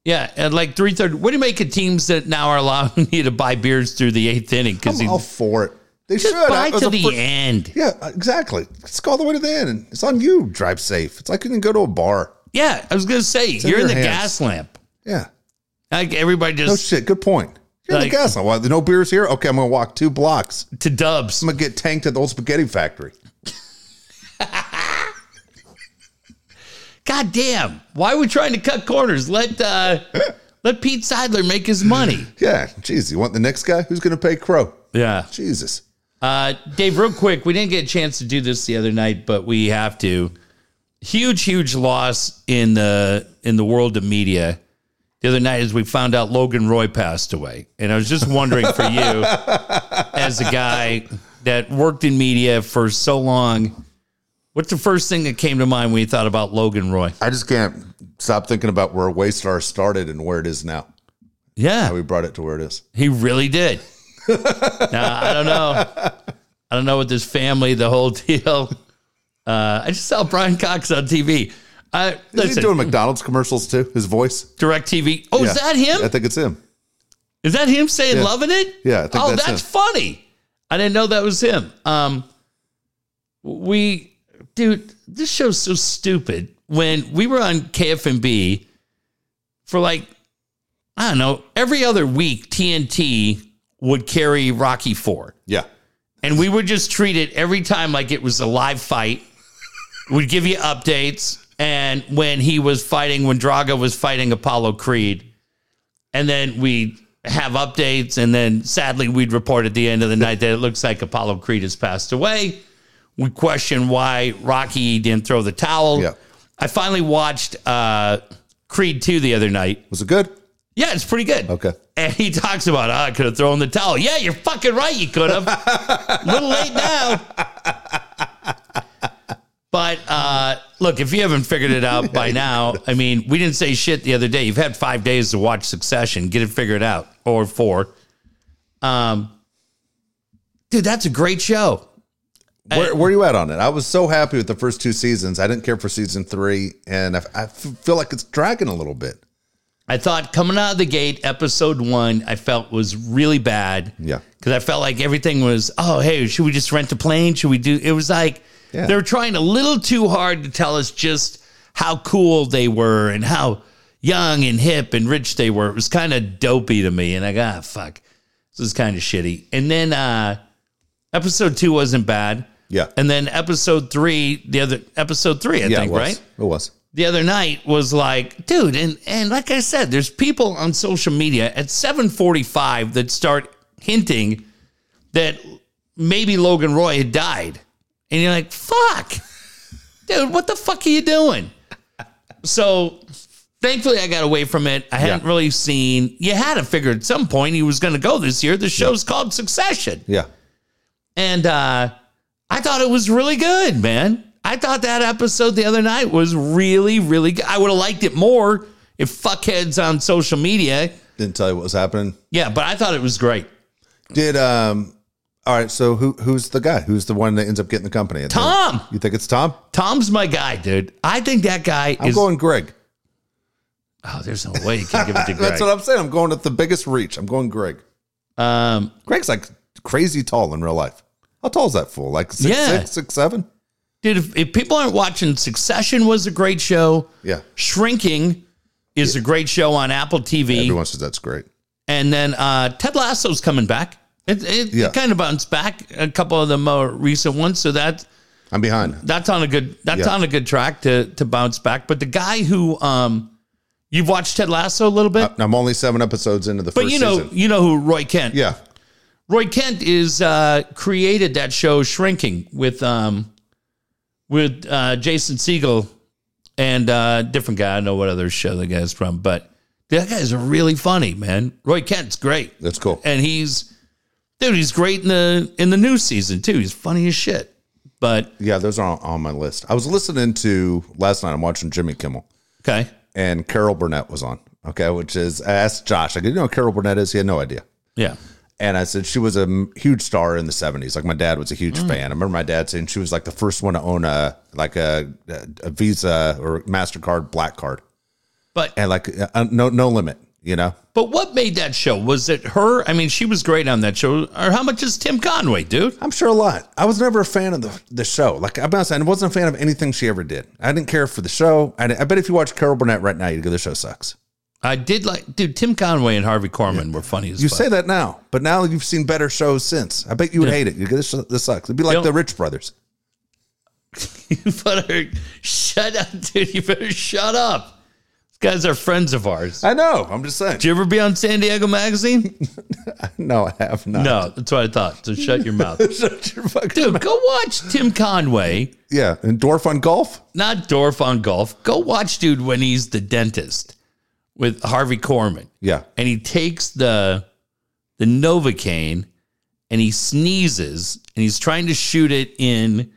Yeah, at like three thirty. What do you make of teams that now are allowing you to buy beers through the eighth inning? Because
I'm all for it. They
just
should. I-
buy
it was
to
a
the
fir-
end.
Yeah, exactly. Let's go all the way to the end. It's on you. Drive safe. It's like you can go to a bar.
Yeah, I was gonna say
in
you're in,
your
the
hands.
gas lamp.
Yeah.
Like everybody
No
just
shit. Good point. You're in
Like-
the gas line. Why no beers here? Okay, I'm gonna walk two blocks.
to dubs.
I'm gonna get tanked at the old spaghetti factory.
God damn! Why are we trying to cut corners? Let uh, let Pete Seidler make his money.
Yeah. Jeez, you want the next guy? Who's gonna pay Crow?
Yeah.
Jesus.
Uh, Dave, real quick, we didn't get a chance to do this the other night, but we have to. Huge, huge loss in the in the world of media. The other night, as we found out, Logan Roy passed away, and I was just wondering for you, as a guy that worked in media for so long, what's the first thing that came to mind when you thought about Logan Roy?
I just can't stop thinking about where Waystar started and where it is now.
Yeah,
How we brought it to where it is.
He really did. now, I don't know. I don't know with this family, the whole deal. Uh, I just saw Brian Cox on TV. Uh,
Is he
listen,
doing McDonald's commercials too? His voice.
direct TV. Oh, is
Yeah.
that him?
I think it's him.
Is that him saying
Yeah.
loving it?
Yeah, I think
oh, that's,
that's
funny. I didn't know that was him. Um, we, dude, this show's so stupid. When we were on KFMB for like, I don't know, every other week, TNT would carry Rocky Four.
Yeah.
And we would just treat it every time like it was a live fight. We'd give you updates. And when he was fighting, when Drago was fighting Apollo Creed, and then we'd have updates. And then sadly, we'd report at the end of the night that it looks like Apollo Creed has passed away. We question why Rocky didn't throw the towel.
Yeah.
I finally watched uh, Creed 2 the other night.
Was it good?
Yeah, it's pretty good.
Okay.
And he talks about, "Ah, I could have thrown the towel. Yeah, you're fucking right. You could have. A little late now. But uh, look, if you haven't figured it out by now, I mean, we didn't say shit the other day. You've had five days to watch Succession, get it figured out, or four. Um, dude, that's a great show.
Where, where are you at on it? I was so happy with the first two seasons. I didn't care for season three, and I, I f- feel like it's dragging a little bit.
I thought coming out of the gate, episode one, I felt was really bad.
Yeah.
Because I felt like everything was, oh, hey, should we just rent a plane? Should we do? It was like
Yeah.
they were trying a little too hard to tell us just how cool they were and how young and hip and rich they were. It was kind of dopey to me. And I got, ah, fuck, this is kind of shitty. And then uh, episode two wasn't bad.
Yeah.
And then episode three, the other episode three, I
yeah,
think,
it was.
right?
It was.
the other night was like, dude, and and like I said, there's people on social media at 7:45 that start hinting that maybe Logan Roy had died, and you're like, fuck, dude, what the fuck are you doing? So. Thankfully, I got away from it. I hadn't
Yeah.
really seen. You had to figure at some point he was going to go this year. The show's called Succession
Yeah.
and uh, I thought it was really good, man. I thought that episode the other night was really, really good. I would have liked it more if fuckheads on social media.
Didn't tell you what was happening.
Yeah, but I thought it was great.
Did um. All right. So who who's the guy? Who's the one that ends up getting the company?
Tom,
You think it's Tom?
Tom's my guy, dude. I think that guy
I'm
is.
going Greg.
oh, there's no way you can give it to Greg.
That's what I'm saying. I'm going with the biggest reach. I'm going Greg.
um,
Greg's like crazy tall in real life. How tall is that fool? Like six,
Yeah.
six, six, seven?
Dude, if, if people aren't watching, Succession was a great show.
Yeah.
Shrinking is a great show on Apple TV.
Everyone says that's great.
And then uh, Ted Lasso's coming back. It, it,
Yeah.
it kind of bounced back a couple of the more recent ones. So that
I'm behind.
that's on a good that's
Yeah.
on a good track to to bounce back. But the guy who um you've watched Ted Lasso a little bit,
Uh, I'm only seven episodes into the
but
first
you know
season.
you know who Roy Kent.
Yeah.
Roy Kent is uh, created that show Shrinking with um, with uh, Jason Siegel and uh, different guy. I don't know what other show the guy's from, but that guy's really funny, man. Roy Kent's great,
That's cool.
and he's dude, he's great in the in the new season too. He's funny as shit. But
Yeah, those are on, on my list. I was listening to last night. I'm watching Jimmy Kimmel,
okay,
and Carol Burnett was on. Okay, which is I asked Josh. I go, you know who Carol Burnett is? He had no idea.
yeah,
And I said she was a m- huge star in the '70s. Like my dad was a huge fan. I remember my dad saying she was like the first one to own a like a, a Visa or Mastercard Black Card,
but
and like uh, no no limit. You know,
but what made that show? Was it her? I mean, she was great on that show. Or how much is Tim Conway, dude?
I'm sure a lot. I was never a fan of the, the show. Like I'm not saying I wasn't a fan of anything she ever did. I didn't care for the show. I, I bet if you watch Carol Burnett right now, you'd go, the show sucks.
I did like, dude. Tim Conway and Harvey Korman were funny as
You
fuck.
say that now, but now you've seen better shows since. I bet you would hate it. You go, this, this sucks. It'd be like
Don't-
the Rich Brothers.
You better uh, shut up, dude. You better shut up. These guys are friends of ours.
I know. I'm just saying.
Did you ever be on San Diego Magazine?
No, I have not.
No, that's what I thought. So shut your mouth.
Shut your fucking-
Dude, go watch Tim Conway,
yeah, and Dwarf on Golf.
not Dorf on Golf. Go watch, dude, when he's the dentist with Harvey Korman.
Yeah,
And he takes the the Novocaine and he sneezes and he's trying to shoot it in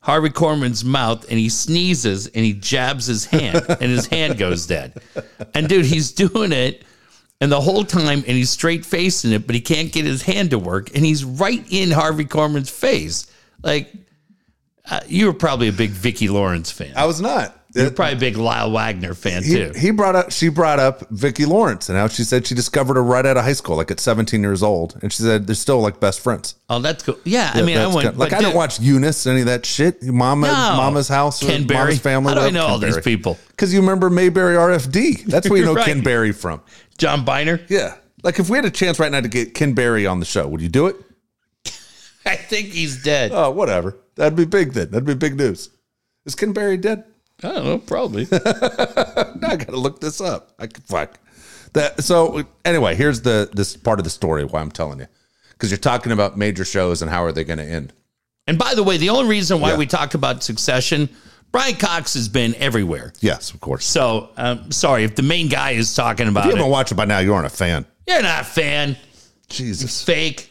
Harvey Korman's mouth and he sneezes and he jabs his hand and his hand goes dead. And dude, he's doing it and the whole time and he's straight facing it, but he can't get his hand to work and he's right in Harvey Korman's face. Like, uh, you were probably a big Vicki Lawrence fan.
I was not.
You're probably a big Lyle Wagner fan
He,
too.
he brought up. She brought up Vicki Lawrence, and how she said she discovered her right out of high school, like at 17 years old, and she said they're still like best friends.
Oh, that's cool. Yeah, I mean, I
That's
went
kind- like
but
I don't
dude-
watch Eunice any of that shit. Mama,
No.
Mama's house,
Ken Berry.
Mama's family.
How do I know all these people?
Because you remember Mayberry RFD. That's where you know
Right.
Ken Berry from.
John Biner.
Yeah. Like if we had a chance right now to get Ken Berry on the show, would you do it?
I think he's dead.
Oh, whatever. That'd be big then. That'd be big news. Is Ken Berry dead?
I don't know, probably.
Now I gotta look this up. I could fuck that. So anyway, here's the this part of the story why I'm telling you because you're talking about major shows and how are they going to end?
and by the way, the only reason why
Yeah.
we talked about Succession, Brian Cox has been everywhere.
Yes, of course.
So, um, sorry if the main guy is talking about
If you
it.
haven't watched it by now, you aren't a fan.
You're not a fan.
Jesus,
Fake.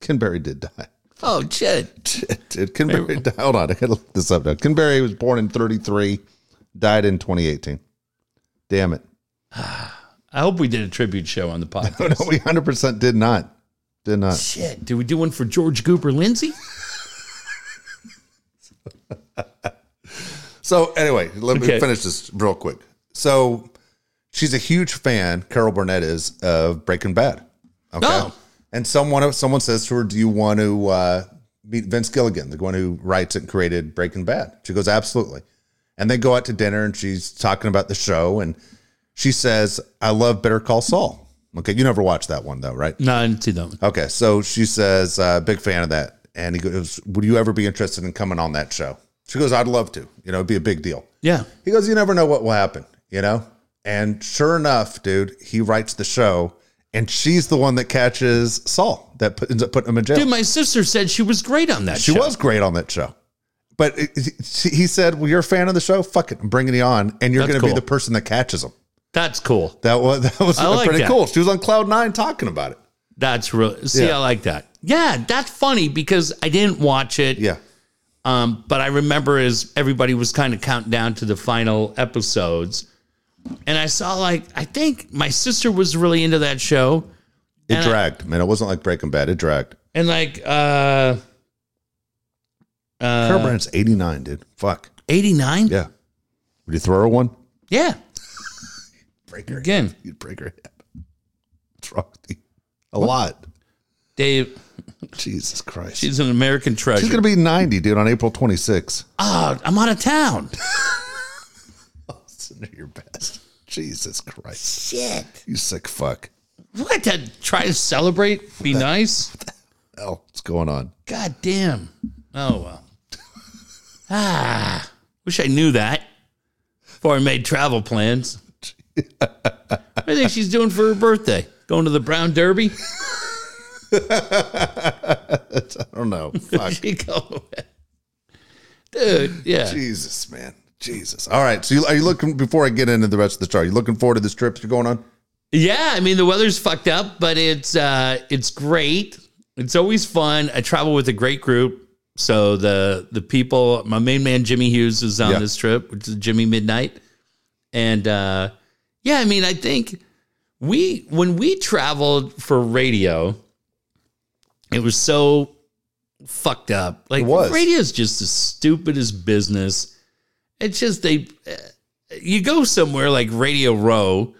Ken Berry did die.
Oh, shit.
Dude, Ken Berry. died- Hold on, I gotta look this up now. Ken Berry was born in '33, died in 2018. Damn it.
I hope we did a tribute show on the
No,
podcast.
no, we 100% did not. Did not.
shit. Did we do one for George Goober Lindsay?
So anyway, let me
Okay.
finish this real quick. So she's a huge fan, Carol Burnett is, of Breaking Bad. Okay.
Oh.
And someone someone says to her, Do you want to uh, meet Vince Gilligan, the one who writes and created Breaking Bad? She goes, Absolutely. And they go out to dinner and she's talking about the show and she says, I love Better Call Saul. Okay, you never watched that one though, right?
No, I didn't see that one.
Okay, so she says, uh, big fan of that. And he goes, Would you ever be interested in coming on that show? She goes, I'd love to. You know, it'd be a big deal.
Yeah.
He goes, You never know what will happen, you know? And sure enough, dude, he writes the show, and she's the one that catches Saul that put, ends up putting him in jail.
Dude, my sister said she was great on that
she
show.
was great on that show. But it, it- she, he said, Well, you're a fan of the show? Fuck it. I'm bringing you on. And you're
That's
going to be
cool.
the person that catches him.
That's cool.
That was, that was
I like
pretty
that.
cool. She was on Cloud Nine talking about it.
That's real. See,
Yeah.
I like that. Yeah, that's funny because I didn't watch it.
Yeah.
Um, but I remember as everybody was kind of counting down to the final episodes, and I saw like I think my sister was really into that show,
It
And I-
dragged, man. It wasn't like Breaking Bad. It dragged.
and like uh,
Carol Burnett's 89, dude. Fuck.
eighty nine.
Yeah. Would you throw her one?
yeah.
Break her.
Again,
You'd break her head. What's wrong with you? A lot.
Dave,
Jesus Christ.
she's an American treasure.
She's going to be 90, dude, on April Oh, 26th.
Ah, I'm out of town.
Listen to your best. Jesus Christ.
Shit.
You sick fuck.
What to try to celebrate? Be nice.
Hell, what's going on?
God damn. Oh well. Ah, wish I knew that before I made travel plans. What do you think she's doing for her birthday? Going to the Brown Derby?
I don't know. Fuck.
She go- Dude, yeah.
Jesus, man. Jesus. All right. So you, are you looking, before I get into the rest of the chart, you looking forward to this trip you're going on?
Yeah, I mean the weather's fucked up, but it's uh it's great. It's always fun. I travel with a great group. So the the people, my main man Jimmy Hughes is on
Yeah.
this trip, which is Jimmy Midnight. And uh yeah, I mean I think we when we traveled for radio, it was so fucked up. Like
It was.
radio is just the stupidest business. It's just they uh, you go somewhere like Radio Row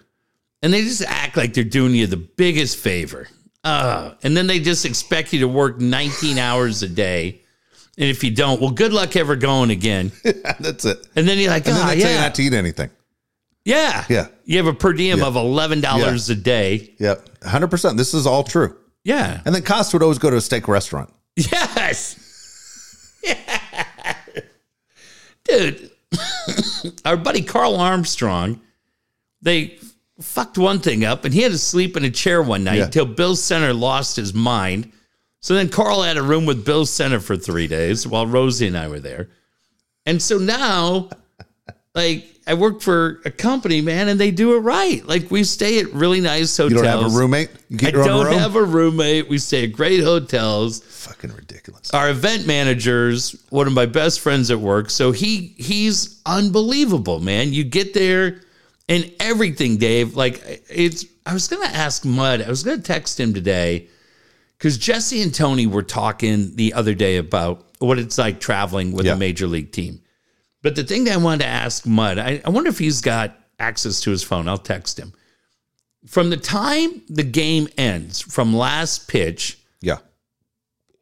and they just act like they're doing you the biggest favor. Uh, and then they just expect you to work 19 hours a day. And if you don't, well, good luck ever going again.
That's it.
And then you're like,
And then
oh,
they tell you
yeah.
not to eat anything.
yeah.
Yeah.
You have a per diem of $11 a day.
Yep. 100%. This is all true.
Yeah.
And then Cost would always go to a steak restaurant.
Yes. Yeah. Dude, our buddy Carl Armstrong, they fucked one thing up and he had to sleep in a chair one night
Yeah.
till Bill Center lost his mind. So then Carl had a room with Bill Center for three days while Rosie and I were there. And so now, like, I work for a company, man, and they do it right. Like, we stay at really nice
You
hotels.
don't have a roommate? You
I
get your own
don't
room?
have a roommate. We stay at great hotels
Fucking ridiculous.
our event managers one of my best friends at work so he he's unbelievable man you get there and everything dave like it's i was gonna ask mud i was gonna text him today because jesse and tony were talking the other day about what it's like traveling with
Yeah.
a major league team but the thing that i wanted to ask mud I, I wonder if he's got access to his phone i'll text him from the time the game ends from last pitch
Yeah.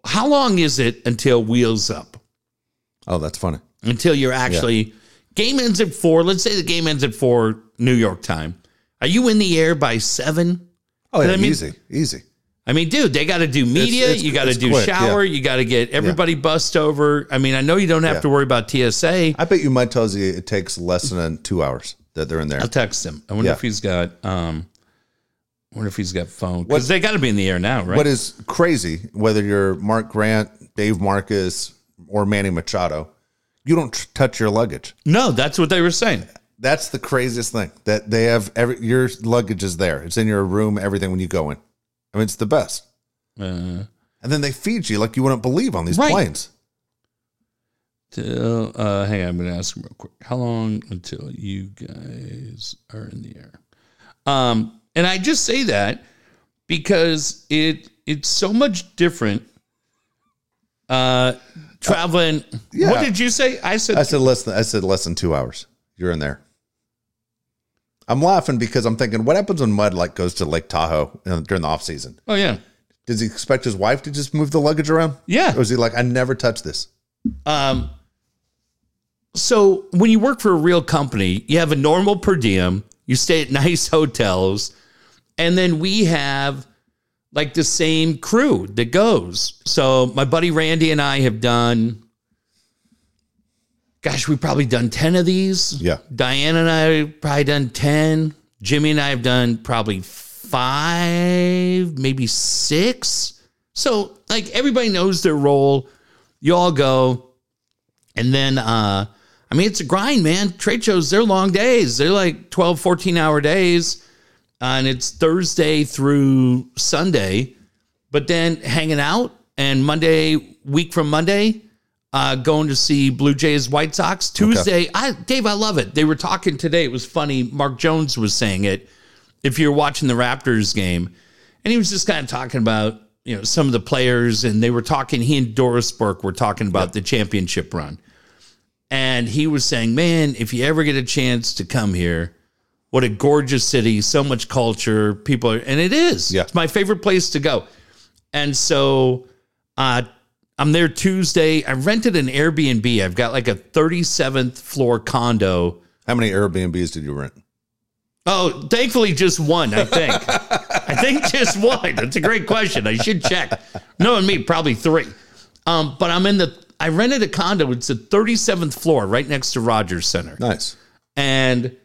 how long is it until wheels up
Oh, that's funny.
until you're actually game ends at four let's say the game ends at four new york time are you in the air by seven
Oh, yeah,
I mean-
easy, easy.
i mean dude they got to do media
it's-
you got to
it's
do
quick, yeah.
shower you got to get everybody bussed over i mean i know you don't have
Yeah.
to worry about tsa
I bet you Mike tells you it takes less than two hours that they're in there.
i'll text him i wonder
Yeah.
if he's got um I wonder if he's got phone
What-
because they got to be in the air now right
What is crazy, whether you're Mark Grant, Dave Marcus, or Manny Machado, you don't tr- touch your luggage.
no that's what they were saying
That's the craziest thing that they have. Every your luggage is there. It's in your room. Everything when you go in. I mean, it's the best.
uh,
And then they feed you like you wouldn't believe on these
Right.
planes.
Till, uh, hang on, I'm gonna ask him real quick. How long until you guys are in the air? Um, and I just say that because it it's so much different. Uh, traveling.
yeah.
What did you say? I said
I said less than I said less than two hours. You're in there. I'm laughing because I'm thinking, what happens when Mud like goes to Lake Tahoe uh, during the off season?
Oh yeah,
Does he expect his wife to just move the luggage around? Or
yeah.
is he like, I never touch this?
Um, so when you work for a real company, you have a normal per diem. You stay at nice hotels, and then we have like the same crew that goes. So my buddy Randy and I have done, gosh, we've probably done 10 of these.
Yeah.
Diana and I have probably done 10. Jimmy and I have done probably five, maybe six. So like everybody knows their role. You all go. And then, uh, I mean, it's a grind, man. Trade shows, they're long days. They're like 12, 14 hour days Uh, and it's Thursday through Sunday. But then hanging out and Monday, week from Monday, uh, going to see Blue Jays White Sox Tuesday. I Dave, I love it. They were talking today. It was funny. Mark Jones was saying it. If you're watching the Raptors game, and he was just kind of talking about you know some of the players, and they were talking. He and Doris Burke were talking about the championship run, and he was saying, "Man, if you ever get a chance to come here." what a gorgeous city, so much culture, people are, and it is.
Yeah.
It's my favorite place to go. And so uh, I'm there Tuesday. I rented an Airbnb. I've got like a 37th floor condo.
How many Airbnbs did you rent?
Oh, thankfully, just one, I think. I think just one. That's a great question. I should check. Knowing me, probably three. Um, but I'm in the, I rented a condo. It's the 37th floor right next to Rogers Center.
Nice.
And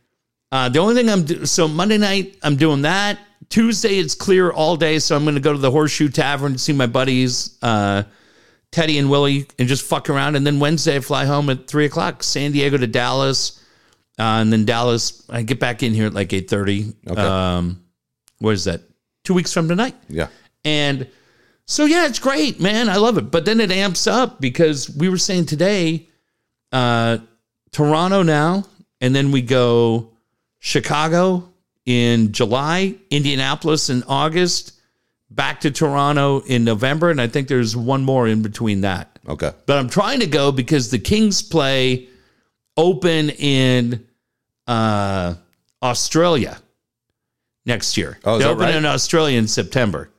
uh, the only thing I'm do- so Monday night I'm doing that. Tuesday it's clear all day, so I'm going to go to the Horseshoe Tavern to see my buddies uh, Teddy and Willie and just fuck around. And then Wednesday I fly home at three o'clock, San Diego to Dallas, uh, and then Dallas I get back in here at like eight thirty.
Okay.
Um, what is that? Two weeks from tonight.
Yeah.
And so yeah, it's great, man. I love it. But then it amps up because we were saying today, uh, Toronto now, and then we go Chicago in July, Indianapolis in August, back to Toronto in November, and I think there's one more in between that.
Okay.
But I'm trying to go because the Kings play open in uh, Australia next year.
Oh, is
they
that
open
right?
in Australia in September.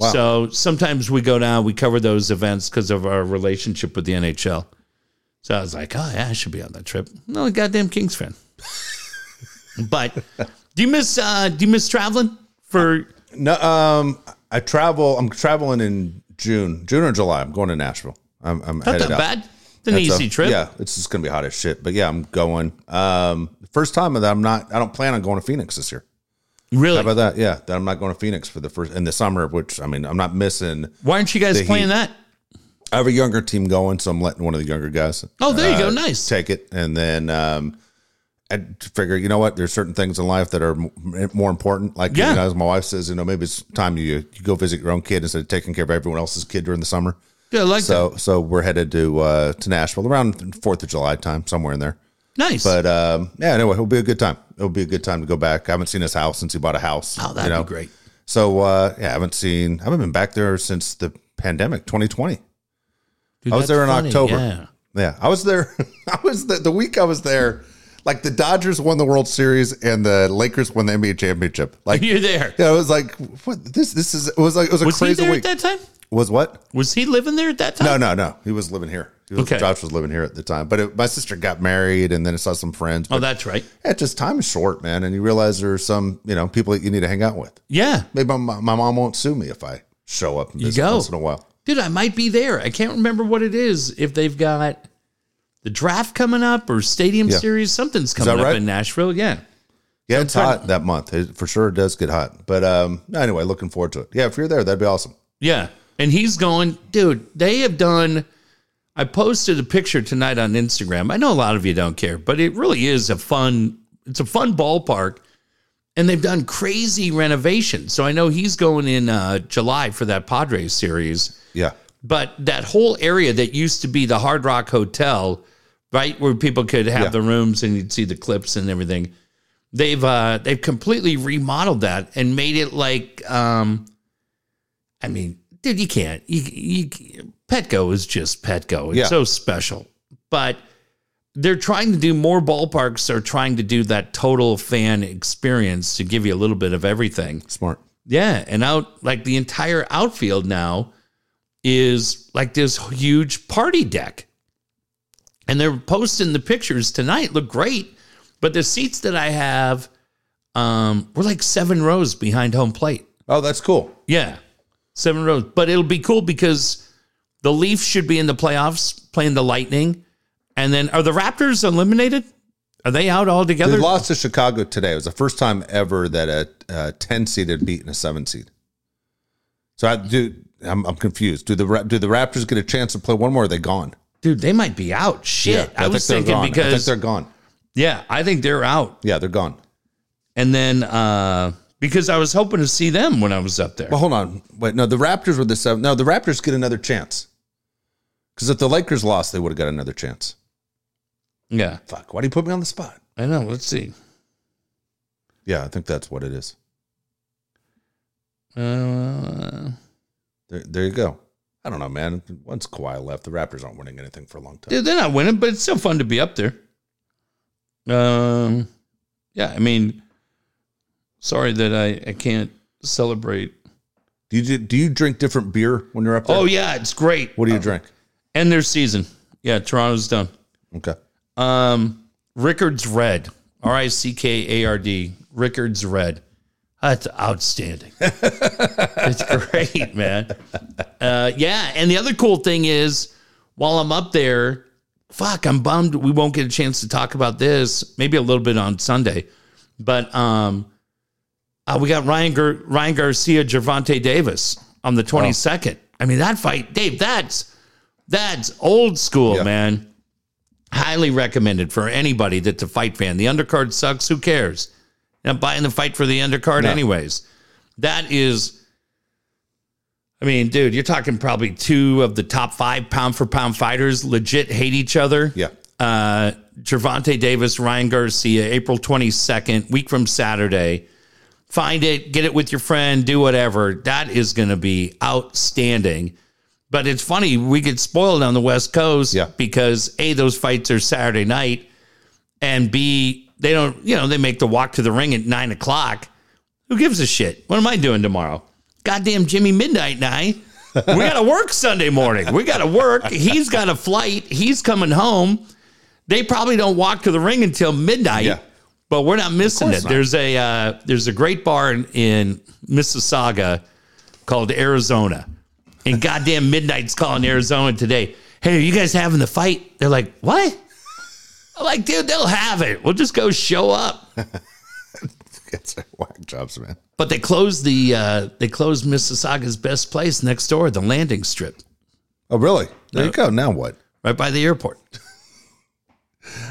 So sometimes we go down, we cover those events because of our relationship with the NHL. So I was like, oh, yeah, I should be on that trip. No, goddamn Kings fan. but do you miss uh, do you miss traveling for
No, um, I travel. I'm traveling in June, June or July. I'm going to Nashville. I'm, I'm
not
headed
that
out.
bad? It's an
It's
easy
a-
trip.
Yeah, it's just gonna be hot as shit. But yeah, I'm going. Um, first time that I'm not. I don't plan on going to Phoenix this year.
Really?
How about that? Yeah, that I'm not going to Phoenix for the first in the summer. Which I mean, I'm not missing.
Why aren't you guys
The
playing
heat.
that?
I have a younger team going, so I'm letting one of the younger guys.
Oh, there you
uh,
go. Nice.
Take it, and then um, I figure, you know what? There's certain things in life that are m- more important. Like,
Yeah.
you know, as my wife says, you know, maybe it's time you you go visit your own kid instead of taking care of everyone else's kid during the summer.
Yeah, I like that.
So, so we're headed to uh, to Nashville around Fourth of July time, somewhere in there.
Nice.
But um, yeah, anyway, it'll be a good time. It'll be a good time to go back. I haven't seen his house since he bought a house.
oh, that'd be great.
So uh, yeah, I haven't seen. I haven't been back there since the pandemic, 2020.
Dude,
I was
that's
there in
funny,
October.
yeah.
Yeah, I was there. I was the, the week I was there. Like the Dodgers won the World Series and the Lakers won the NBA championship. Like
You're there.
yeah, I was like, what? This this is. It was like it was a
Was he
crazy
there
week.
at that time?
was what?
Was he living there at that time?
No, no, no. He was living here. He was,
Okay.
Josh was living here at the time. But it, my sister got married, and then I saw some friends.
Oh,
But
that's right.
yeah, just time is short, man, and you realize there are some you know people that you need to hang out with.
Yeah.
Maybe my, my mom won't sue me if I show up and
You
visit
go.
once in a while.
Dude, I might be there. I can't remember what it is. If they've got the draft coming up or stadium
Yeah.
series, something's coming up
right?
in Nashville. Yeah.
Yeah, it's hot that month. It for sure does get hot. But um, anyway, looking forward to it. Yeah, if you're there, that'd be awesome.
Yeah. And he's going, dude, they have done. I posted a picture tonight on Instagram. I know a lot of you don't care, but it really is a fun, it's a fun ballpark. And they've done crazy renovations. So I know he's going in uh, July for that Padres series.
Yeah.
But that whole area that used to be the Hard Rock Hotel, right, where people could have
Yeah.
the rooms and you'd see the clips and everything, they've uh, they've completely remodeled that and made it like, um, I mean, dude, you can't. You, you Petco is just Petco. It's
Yeah.
so special, but they're trying to do more ballparks are trying to do that total fan experience to give you a little bit of everything.
Smart.
Yeah, and out like the entire outfield now is like this huge party deck. And they're posting the pictures tonight. Look great, but the seats that I have um we're like 7 rows behind home plate.
Oh, that's cool.
Yeah. 7 rows, but it'll be cool because the Leafs should be in the playoffs playing the Lightning. And then are the Raptors eliminated? Are they out
They
altogether?
lost to Chicago today. It was the first time ever that a, a ten seed had beaten a seven seed. So I do. I'm, I'm confused. Do the Ra- do the Raptors get a chance to play one more? Or are they gone?
Dude, they might be out. Shit. I, was
they're
thinking
gone. I think
because
they're gone.
yeah, I think they're out.
Yeah, they're gone.
and then uh because I was hoping to see them when I was up there.
Well, hold on. Wait, no, the Raptors were the seven. No, the Raptors get another chance. Because if the Lakers lost, they would have got another chance.
yeah,
Fuck. Why do you put me on the spot?
I know. Let's see.
Yeah, I think that's what it is.
Uh,
There, there you go. I don't know, man. Once Kawhi left, the Raptors aren't winning anything for a long time.
dude, they're not winning, but it's still fun to be up there. Um, yeah, I mean, sorry that I I can't celebrate
Do you do you drink different beer when you're up there?
Oh yeah, it's great.
what do you drink?
End their season. Yeah, Toronto's done.
Okay.
Um, Rickard's Red. R I C K A R D. Rickard's Red. That's outstanding. it's great, man. Uh, yeah. And the other cool thing is, while I'm up there, fuck, I'm bummed we won't get a chance to talk about this. Maybe a little bit on Sunday, but um, uh, we got Ryan Gar- Ryan Garcia, Gervonta Davis on the 22nd. I mean, that fight, Dave. That's that's old school,
Yeah.
man. Highly recommended for anybody that's a fight fan. The undercard sucks. Who cares? And I'm buying the fight for the undercard
No.
anyways. That is. I mean, dude, you're talking probably two of the top five pound for pound fighters legit hate each other.
Yeah.
Uh, Gervonta Davis, Ryan Garcia, April 22nd, week from Saturday. Find it, get it with your friend, do whatever. That is going to be outstanding. But it's funny, we get spoiled on the West Coast
Yeah.
because A, those fights are Saturday night, and B, they don't, you know, they make the walk to the ring at nine o'clock. Who gives a shit? What am I doing tomorrow? Goddamn Jimmy Midnight and I. We got to work Sunday morning. We got to work. He's got a flight. He's coming home. They probably don't walk to the ring until midnight.
Yeah.
But we're not missing
course
it.
not.
There's a uh, there's a great bar in, in Mississauga called Arizona, and goddamn midnight's calling Arizona today. Hey, are you guys having the fight? They're like, what? I'm like, dude, they'll have it. We'll just go show up.
It's whack jobs, man.
But they closed the uh, they closed Mississauga's best place next door, the landing strip,
Oh, really? There
Uh,
you go. Now what?
right by the airport.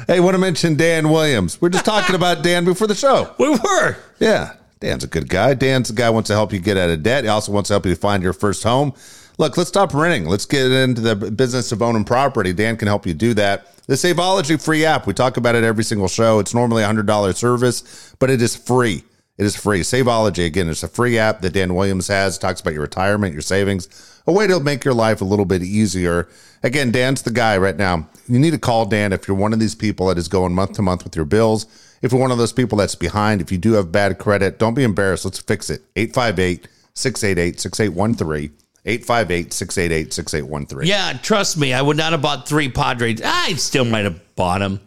Hey, want to mention Dan Williams. We're just talking about Dan before the show.
We were.
Yeah. Dan's a good guy. Dan's the guy who wants to help you get out of debt. He also wants to help you find your first home. Look, let's stop renting. Let's get into the business of owning property. Dan can help you do that. The Saveology free app. We talk about it every single show. It's normally a $100 service, but it is free. It is free. Saveology, again, it's a free app that Dan Williams has. Talks about your retirement, your savings, a way to make your life a little bit easier. Again, Dan's the guy right now. You need to call Dan if you're one of these people that is going month to month with your bills. If you're one of those people that's behind, if you do have bad credit, don't be embarrassed. Let's fix it. 858 688 6813. 858 688 6813.
Yeah, trust me, I would not have bought three Padres. I still might have bought them,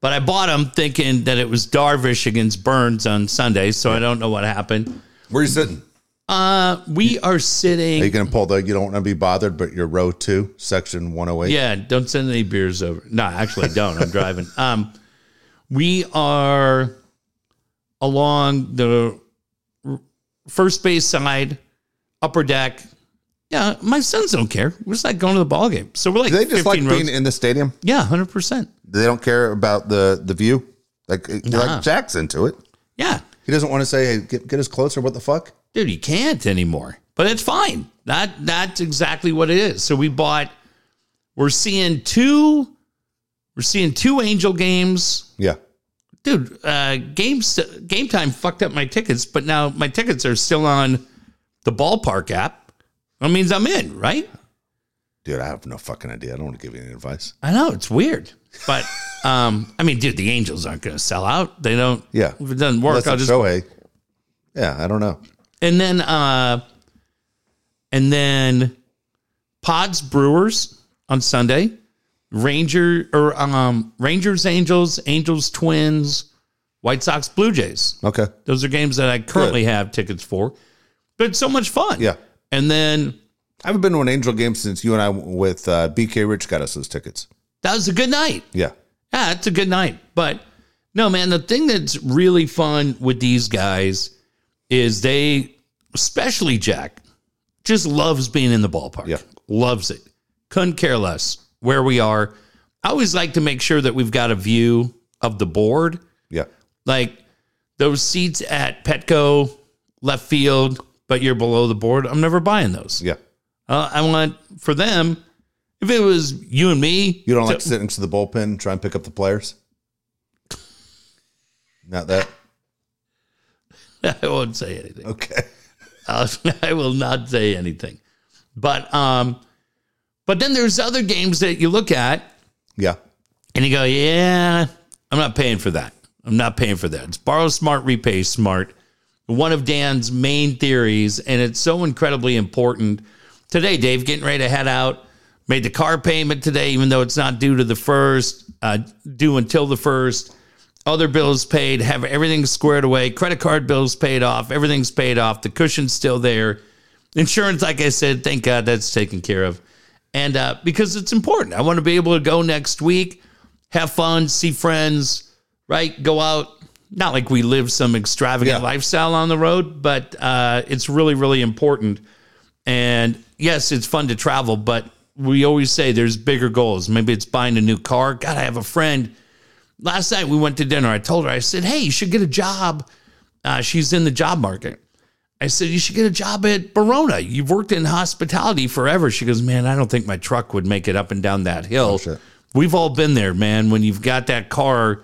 but I bought them thinking that it was Darvish against Burns on Sunday. So I don't know what happened.
Where are you sitting?
Uh, we
Are
are
you
sitting.
going to pull the you don't want to be bothered, but your row two, section 108?
Yeah, don't send any beers over. No, actually, don't. I'm driving. Um, we are along the r- first base side, upper deck. Yeah, my sons don't care. We're just like going to the ball game. So we're like
Do they just like
15 rows.
being in the stadium?
yeah, hundred percent.
They don't care about the the view. Like eh, like Jack's into it.
Yeah,
He doesn't want to say, "Hey, get, get us closer." What the fuck?
dude, you can't anymore. But it's fine. That that's exactly what it is. So we bought. We're seeing two. We're seeing two Angel games.
Yeah,
dude, uh, game st- game time fucked up my tickets, but now my tickets are still on the ballpark app. That means I'm in, right?
dude, I have no fucking idea. I don't want to give you any advice.
I know it's weird, but um, I mean, dude, the Angels aren't going to sell out. They don't.
Yeah.
if it doesn't work,
Unless
I'll
it's
just
Shohei. Yeah, I don't know.
and then uh, and then Pods Brewers on Sunday, Ranger or um Rangers Angels, Angels Twins, White Sox Blue Jays.
Okay,
Those are games that I currently have tickets for. But it's so much fun.
Yeah.
And then
I haven't been to an Angel game since you and I w- with uh, BK Rich got us those tickets.
that was a good night.
Yeah,
Yeah, it's a good night. But no, man, the thing that's really fun with these guys is they, especially Jack, just loves being in the ballpark.
Yeah.
Loves it. Couldn't care less where we are. I always like to make sure that we've got a view of the board.
yeah,
like those seats at Petco left field, but you're below the board. I'm never buying those.
yeah.
Uh, I want for them. If it was you and me,
You don't
so-
like sitting next to the bullpen, and try and pick up the players. Not that.
I won't say anything.
Okay.
I'll, I will not say anything. But um, but then there's other games that you look at
Yeah.
and you go, yeah, I'm not paying for that. I'm not paying for that. It's borrow smart, repay smart. one of Dan's main theories, and it's so incredibly important. Today, Dave, getting ready to head out, made the car payment today, even though it's not due to the first, uh, due until the first. Other bills paid, have everything squared away. Credit card bills paid off, everything's paid off. The cushion's still there. Insurance, like I said, thank God that's taken care of. And uh, because it's important, I want to be able to go next week, have fun, see friends, right? Go out. Not like we live some extravagant
Yeah.
lifestyle on the road, but uh, it's really, really important. And yes, it's fun to travel, but we always say there's bigger goals. Maybe it's buying a new car. God, I have a friend. Last night we went to dinner. I told her, I said, hey, you should get a job. Uh, she's in the job market. I said, You should get a job at Barona. You've worked in hospitality forever. She goes, Man, I don't think my truck would make it up and down that hill.
Oh, shit.
We've all been there, man, when you've got that car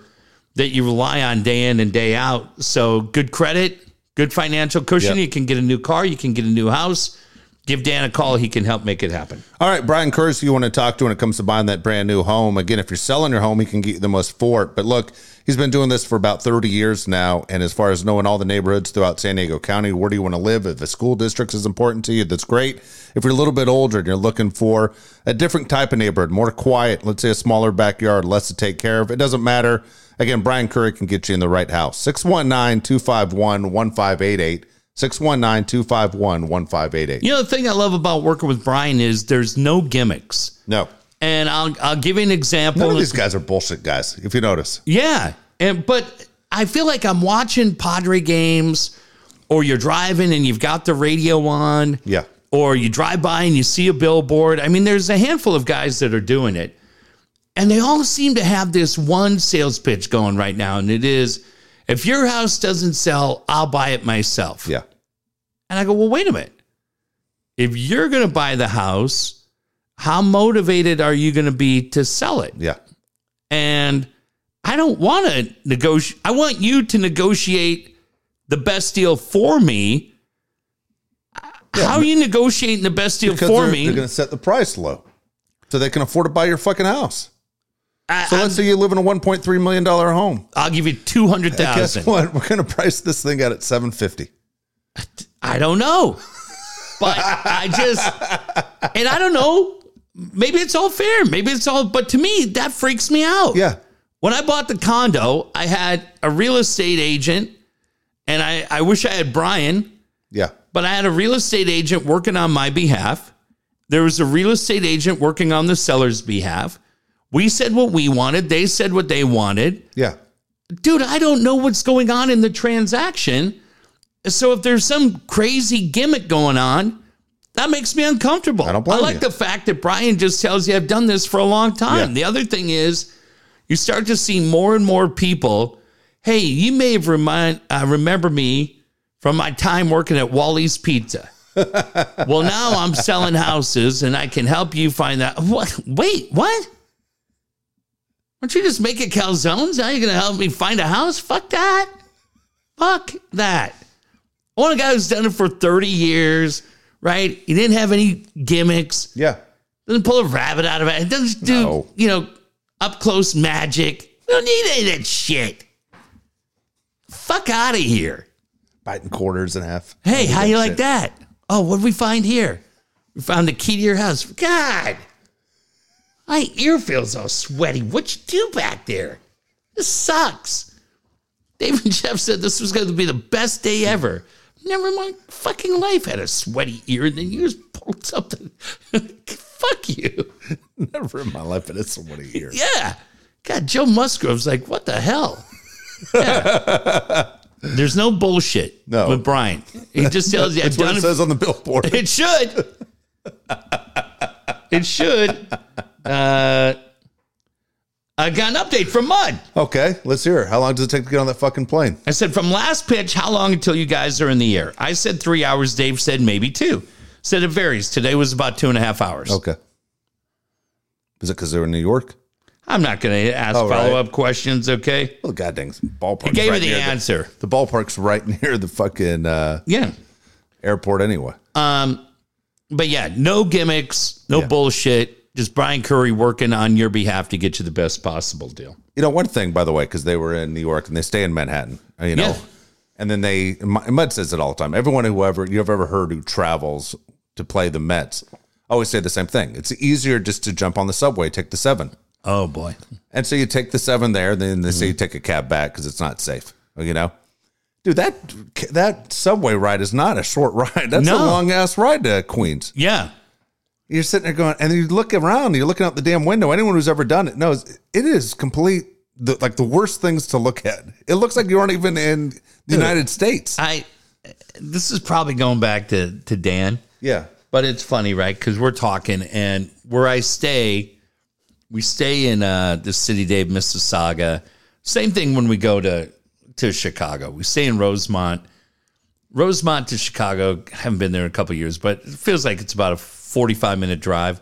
that you rely on day in and day out. So good credit, good financial cushion.
Yeah.
You can get a new car, you can get a new house. Give Dan a call. He can help make it happen.
All right, Brian Curtis, who you want to talk to when it comes to buying that brand new home. Again, if you're selling your home, he can get you the most for it. But look, he's been doing this for about 30 years now. And as far as knowing all the neighborhoods throughout San Diego County, where do you want to live? If the school districts is important to you, that's great. If you're a little bit older and you're looking for a different type of neighborhood, more quiet, let's say a smaller backyard, less to take care of, it doesn't matter. Again, Brian Curry can get you in the right house. 619 251 1588. 619 251 1588.
You know, the thing I love about working with Brian is there's no gimmicks.
No.
And I'll, I'll give you an example.
None of these guys are bullshit guys, if you notice.
Yeah. And but I feel like I'm watching Padre games or you're driving and you've got the radio on.
Yeah.
Or you drive by and you see a billboard. I mean, there's a handful of guys that are doing it. And they all seem to have this one sales pitch going right now and it is if your house doesn't sell, I'll buy it myself.
Yeah.
And I go, well, wait a minute. If you're going to buy the house, how motivated are you going to be to sell it?
Yeah.
and I don't want to negotiate. I want you to negotiate the best deal for me. How are you negotiating the best deal
Because
for
they're,
me?
they're going to set the price low so they can afford to buy your fucking house.
I,
So let's say you live in a $1.3 million home.
will give you two hundred
Guess
thousand.
what? We're going to price this thing out at 750
I don't know, but I just and I don't know. Maybe it's all fair. Maybe it's all. But to me, that freaks me out.
Yeah.
when I bought the condo, I had a real estate agent, and I I wish I had Brian.
Yeah.
but I had a real estate agent working on my behalf. There was a real estate agent working on the seller's behalf. We said what we wanted. They said what they wanted.
Yeah.
Dude, I don't know what's going on in the transaction. So if there's some crazy gimmick going on, that makes me uncomfortable. I
don't blame
like
you.
the fact that Brian just tells you I've done this for a long time.
Yeah.
The other thing is, you start to see more and more people. Hey, you may have remind uh, remember me from my time working at Wally's Pizza. well, now I'm selling houses, and I can help you find that. What? Wait, what? Aren't you just making calzones? Now you're gonna help me find a house? Fuck that! Fuck that! I want a guy who's done it for 30 years, right? He didn't have any gimmicks
Yeah.
doesn't pull a rabbit out of it. It doesn't do
No.
you know up close magic. We don't need any of that shit. Fuck out of here.
Biting quarters in half.
Hey, how you like
shit.
that? Oh, what did we find here? We found the key to your house. God, my ear feels all sweaty. What you do back there? This sucks. Dave and Jeff said this was going to be the best day ever. Never in my fucking life had a sweaty ear, and then you just pulled something. Fuck you.
Never in my life, but it's somebody here.
Yeah. God, Joe Musgrove's like, what the hell? Yeah. There's no bullshit
No.
with Brian. He just tells you, I've
That's what
done
it
it.
says on the billboard.
It should. it should. Uh, I got an update from Mud.
okay. Let's hear it. How long does it take to get on that fucking plane?
I said, from last pitch, how long until you guys are in the air? I said three hours. Dave said maybe two. Said it varies. Today was about two and a half hours.
Okay. Is it because they're in New York?
I'm not going to ask
All right.
follow up questions, okay?
Well, god dang, ballpark.
I gave you the answer.
The ballpark's right near the fucking uh,
Yeah.
airport anyway.
Um, but yeah, no gimmicks, no
Yeah.
bullshit. Just Brian Curry working on your behalf to get you the best possible deal.
You know, one thing, by the way, because they were in New York and they stay in Manhattan, you know,
Yeah.
And then they, Mud Mud says it all the time. Everyone, whoever you've ever heard who travels to play the Mets, always say the same thing. It's easier just to jump on the subway, take the seven.
Oh boy.
And so you take the seven there, then they say
Mm-hmm.
you take a cab back because it's not safe. uh, You know, dude, that that subway ride is not a short ride. That's
No.
a long ass ride to Queens.
Yeah.
You're sitting there going, and you look around, you're looking out the damn window. Anyone who's ever done it knows it is complete. The, like the worst things to look at. It looks like you aren't even in the United States.
I this is probably going back to to Dan,
yeah.
but it's funny, right? Cuz we're talking and where I stay, we stay in uh the city Dave Mississauga. Same thing when we go to to Chicago. We stay in Rosemont. Rosemont to Chicago, haven't been there in a couple years, but it feels like it's about a 45 minute drive.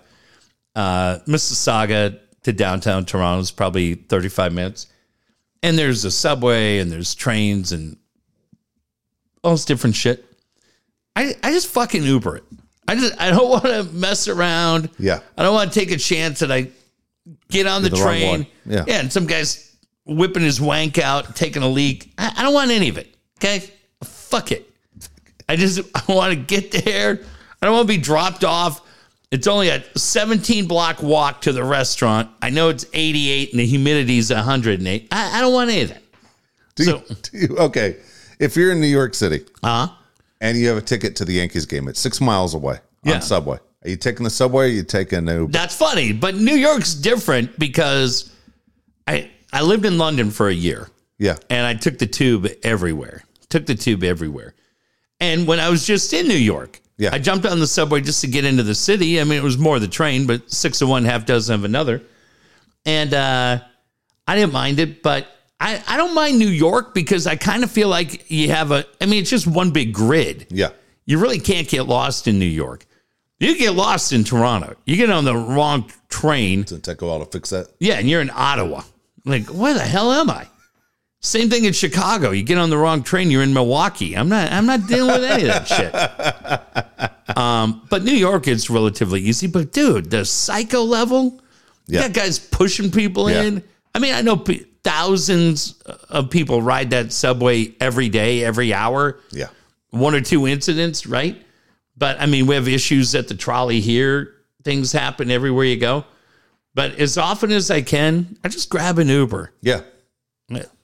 Uh, Mississauga to downtown Toronto is probably 35 minutes. And there's a subway and there's trains and all this different shit. I, I just fucking Uber it. I just I don't want to mess around.
Yeah.
I don't want to take a chance that I get on the,
the wrong
train.
one. Yeah.
yeah, and some guy's whipping his wank out, taking a leak. I, I don't want any of it. Okay, fuck it. I just I want to get there. I don't want to be dropped off. It's only a 17 block walk to the restaurant. I know it's 88 and the humidity's 108. I, I don't want any of that.
Do you-
So-
do you- okay. If you're in New York City
Uh huh.
and you have a ticket to the Yankees game, it's six miles away
Yeah.
on subway. Are you taking the subway? Or are you taking the Uber?
That's funny, but New York's different because I I lived in London for a year.
Yeah.
and I took the tube everywhere. Took the tube everywhere. And when I was just in New York,
Yeah.
I jumped on the subway just to get into the city. I mean, it was more the train, but six of one, half dozen of another. And uh, I didn't mind it, but I, I don't mind New York because I kind of feel like you have a, I mean, it's just one big grid
Yeah.
you really can't get lost in New York. You get lost in Toronto. You get on the wrong train.
Doesn't take a while to fix that.
Yeah, and you're in Ottawa. Like, where the hell am I? Same thing in Chicago. You get on the wrong train, you're in Milwaukee. I'm not I'm not dealing with any of that shit. Um, but New York it's relatively easy. But dude, the psycho level,
Yeah.
that guy's pushing people
Yeah.
in. I mean, I know pe thousands uh, of people ride that subway every day, every hour
Yeah.
one or two incidents, right? But I mean, we have issues at the trolley here. Things happen everywhere you go. But as often as I can, I just grab an Uber.
Yeah.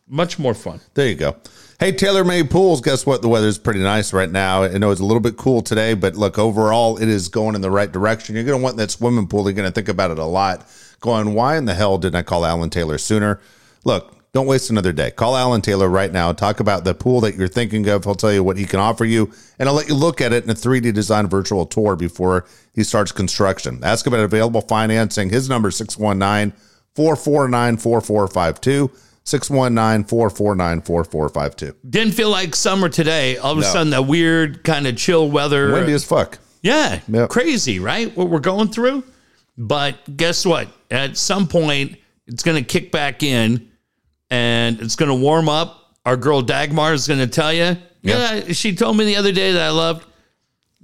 Much more fun.
There you go. Hey, Taylor May Pools, guess what? The weather's pretty nice right now. I know it's a little bit cool today, but look, overall, it is going in the right direction. You're going to want that swimming pool. You're going to think about it a lot, going, why in the hell didn't I call Alan Taylor sooner? Look, don't waste another day. Call Alan Taylor right now. Talk about the pool that you're thinking of. He'll tell you what he can offer you, and I'll let you look at it in a 3D design virtual tour before he starts construction. Ask about available financing. His number is 619- 449 4452. 619 449 4452.
Didn't feel like summer today. All of a sudden, that weird kind of chill weather.
Windy as fuck.
yeah,
Yep.
crazy, right? What we're going through. But guess what? At some point, it's going to kick back in and it's going to warm up. Our girl Dagmar is going to tell you. Yeah.
Yeah.
she told me the other day that I loved.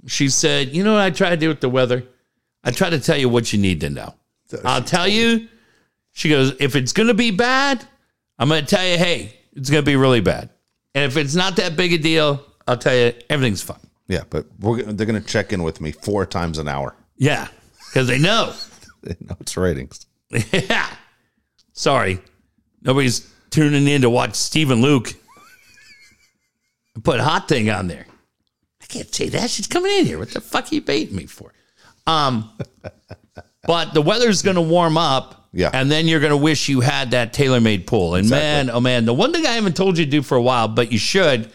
She said, "You know what I try to do with the weather? I try to tell you what you need to know. I'll tell you." She goes, "If it's going to be bad, I'm going to tell you, hey, it's going to be really bad. And if it's not that big a deal, I'll tell you everything's fine."
Yeah, but we're, gonna- they're going to check in with me four times an hour.
Yeah, because they know.
They know it's ratings.
Yeah. Sorry. Nobody's tuning in to watch Stephen Luke. I Put hot thing on there. I can't say that. She's coming in here. What the fuck are you baiting me for? Um but the weather's gonna warm up.
Yeah.
And then you're gonna wish you had that tailor made pool. And man, oh man, the one thing I haven't told you to do for a while, but you should,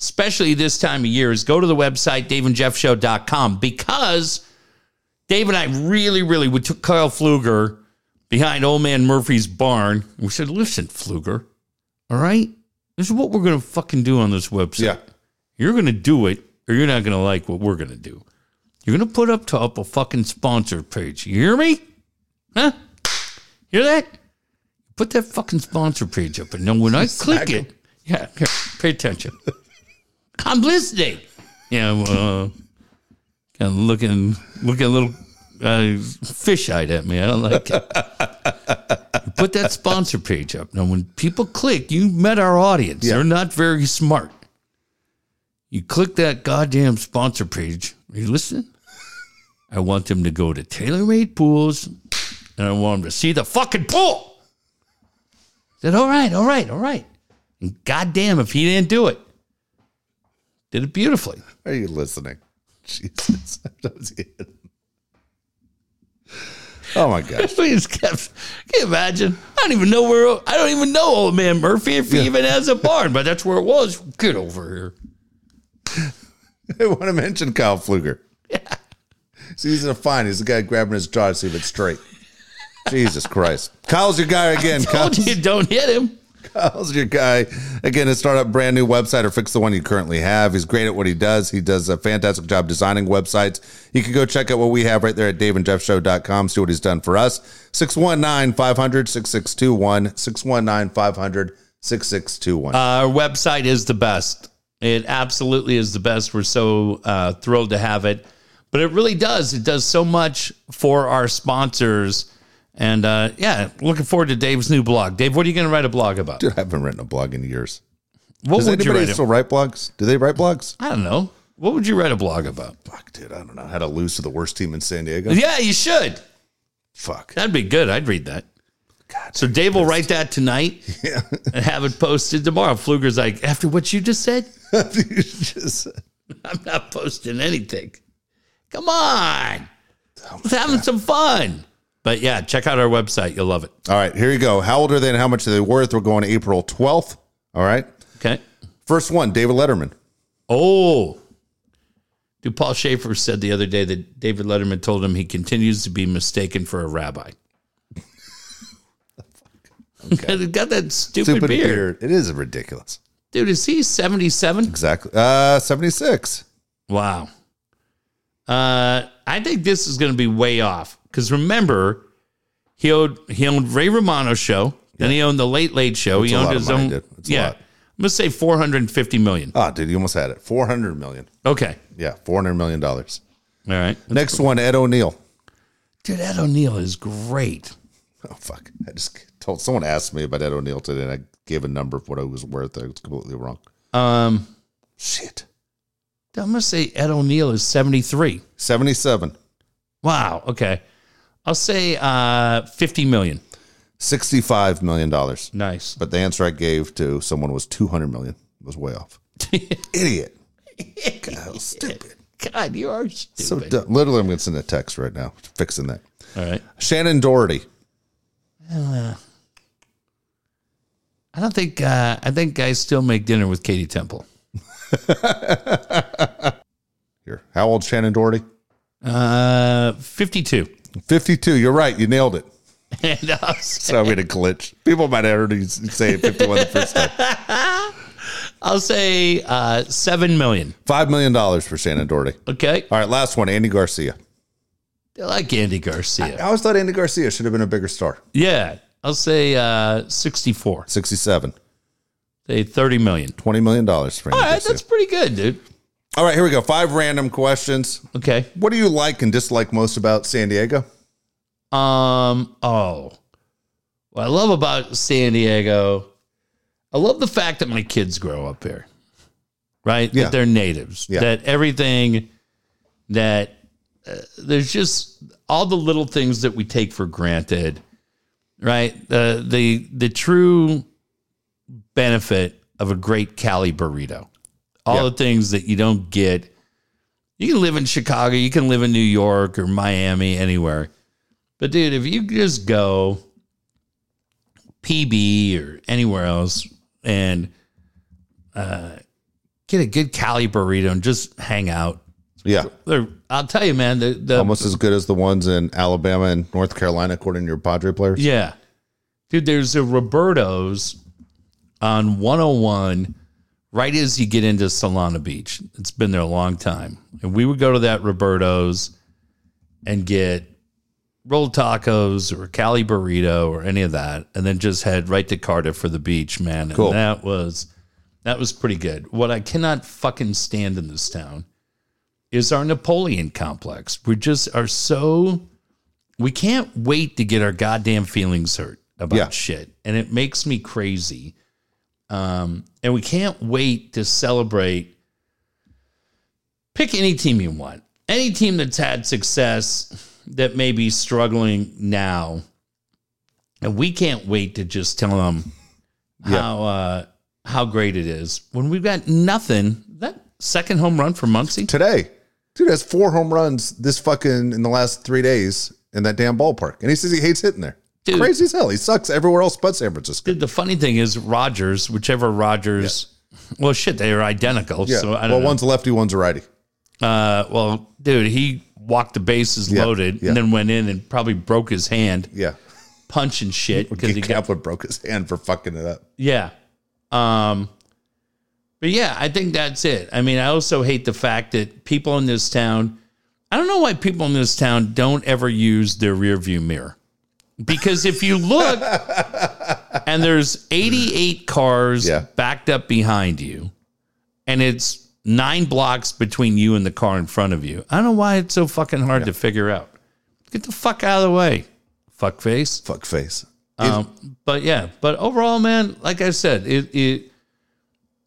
especially this time of year, is go to the website, daveandjeffshow.com, because Dave and I really, really, we took Kyle Fluger behind Old Man Murphy's barn. We said, listen, Fluger, all right? This is what we're going to fucking do on this website.
Yeah.
You're going to do it, or you're not going to like what we're going to do. You're going to put up top a fucking sponsor page. You hear me? Huh? Hear that? Put that fucking sponsor page up. And then when I click it, yeah, here, pay attention. I'm listening. Yeah, well, uh, kind of looking, looking a little uh, fish-eyed at me. I don't like it. Put that sponsor page up. Now, when people click, you met our audience. They're not very smart. You click that goddamn sponsor page. Are you listening? I want them to go to TaylorMade Pools and I want them to see the fucking pool. I said, all right, all right, all right. And goddamn if he didn't do it. Did it beautifully.
Are you listening? Jesus. That was it. Oh my gosh.
Please, kept, can you imagine? I don't even know where, I don't even know old man Murphy if he even has a barn, but that's where it was. Get over here.
I want to mention Kyle Pfluger.
Yeah.
It's easy to find. He's the guy grabbing his jaw to see if it's straight. Jesus Christ. Kyle's your guy again.
Told
Kyle's,
you don't hit him.
Kyle's your guy again to start up brand new website or fix the one you currently have. He's great at what he does. He does a fantastic job designing websites. You can go check out what we have right there at daveandjeffshow.com. See what he's done for us. 619 500 6621. 619 500 6621.
Our website is the best. It absolutely is the best. We're so uh, thrilled to have it. But it really does. It does so much for our sponsors. And uh, yeah, looking forward to Dave's new blog. Dave, what are you going to write a blog about?
Dude, I haven't written a blog in years.
what
Does
would you
anybody
write? a-
still write blogs? Do they write blogs?
I don't know. What would you write a blog about?
Fuck, dude, I don't know how to lose to the worst team in San Diego.
Yeah, you should.
Fuck.
That'd be good. I'd read that. so Dave will write that tonight and have it posted tomorrow. Fluger's like, after what you just said,
Just-
I'm not posting anything. Come on. Let's having some fun. But yeah, check out our website. You'll love it.
All right, here you go. How old are they and how much are they worth? We're going April 12th. All right.
Okay.
First one, David Letterman.
Oh. Do Paul Schaefer said the other day that David Letterman told him he continues to be mistaken for a rabbi. He's got that stupid,
Stupid beard.
beard.
It is ridiculous.
Dude, is he 77?
Exactly. Uh 76.
Wow. Uh, I think this is going to be way off because remember, he owned he owned Ray Romano's show, then he owned the Late Late Show.
It's
he
a
owned
lot of
his
money,
own.
dude. It's a
yeah,
lot.
I'm gonna say 450 million.
Ah, dude, you almost had it. 400 million.
Okay,
Yeah, 400 million dollars.
all right.
Next one, Ed O'Neill.
Dude, Ed O'Neill is great.
Oh fuck. I just told someone asked me about Ed O'Neill today and I gave a number of what it was worth. I was completely wrong.
Um,
Shit.
I'm gonna say Ed O'Neill is 73.
77.
Wow. Okay, I'll say uh 50 million.
65 million dollars.
Nice.
But the answer I gave to someone was 200 million. It was way off. Idiot. God, stupid.
God, you are stupid.
So dumb. literally, I'm going to send a text right now fixing that.
all right.
Shannon Doherty.
I don't think uh, I think guys still make dinner with Katie Temple.
Here, how old Shannon Doherty?
Uh, 52.
52. You're right. You nailed it.
And I was-
So I'm going to glitch. People might have heard you say 51 the first time.
I'll say uh, 7 million.
Five million dollars for Shannon Doherty.
Okay.
All right, last one. Andy Garcia.
I like Andy Garcia.
I always thought Andy Garcia should have been a bigger star.
Yeah. I'll say uh, 64.
67.
Say 30 million.
20 million dollars for Andy
All right.
Garcia.
That's pretty good, dude.
All right, here we go. Five random questions.
Okay.
What do you like and dislike most about San Diego?
Um. Oh. What I love about San Diego, I love the fact that my kids grow up here, right?
Yeah.
That they're natives.
Yeah.
That everything that uh, there's just all the little things that we take for granted, right? The the the true benefit of a great Cali burrito, all
Yeah.
the things that you don't get. You can live in Chicago, you can live in New York or Miami, anywhere. But dude, if you just go PB or anywhere else and uh, get a good Cali burrito and just hang out,
Yeah.
They're- I'll tell you, man, the, the
Almost as good as the ones in Alabama and North Carolina, according to your Padre players.
yeah, dude, there's a Roberto's on 101 right as you get into Solana Beach. It's been there a long time, and we would go to that Roberto's and get rolled tacos or a Cali burrito or any of that, and then just head right to Cardiff for the beach, man. And
Cool.
that was that was pretty good. What I cannot fucking stand in this town is our Napoleon complex. We just are so we can't wait to get our goddamn feelings hurt about
Yeah.
shit. And it makes me crazy. Um, and we can't wait to celebrate pick any team you want. Any team that's had success that may be struggling now. And we can't wait to just tell them how uh, how great it is when we've got nothing. That second home run for Muncie.
today. Dude has four home runs this fucking in the last three days in that damn ballpark. And he says he hates hitting there.
Dude.
Crazy as hell. He sucks everywhere else but San Francisco.
Dude, the funny thing is Rogers, whichever Rogers. Well, shit, they are identical.
Yeah.
So I don't
well,
know.
one's a lefty, one's a righty.
Uh, well, dude, he walked the bases
Yeah,
loaded
yeah.
and then went in and probably broke his hand
Yeah.
punching shit because he
Gabe
got
Kapler broke his hand for fucking it up.
yeah. Um, but yeah, I think that's it. I mean, I also hate the fact that people in this town. I don't know why people in this town don't ever use their rear view mirror. Because if you look and there's 88 cars
Yeah.
backed up behind you, and it's nine blocks between you and the car in front of you, I don't know why it's so fucking hard to figure out. Get the fuck out of the way, fuck face.
Fuck face.
Um, but yeah, but overall, man, like I said, it, it.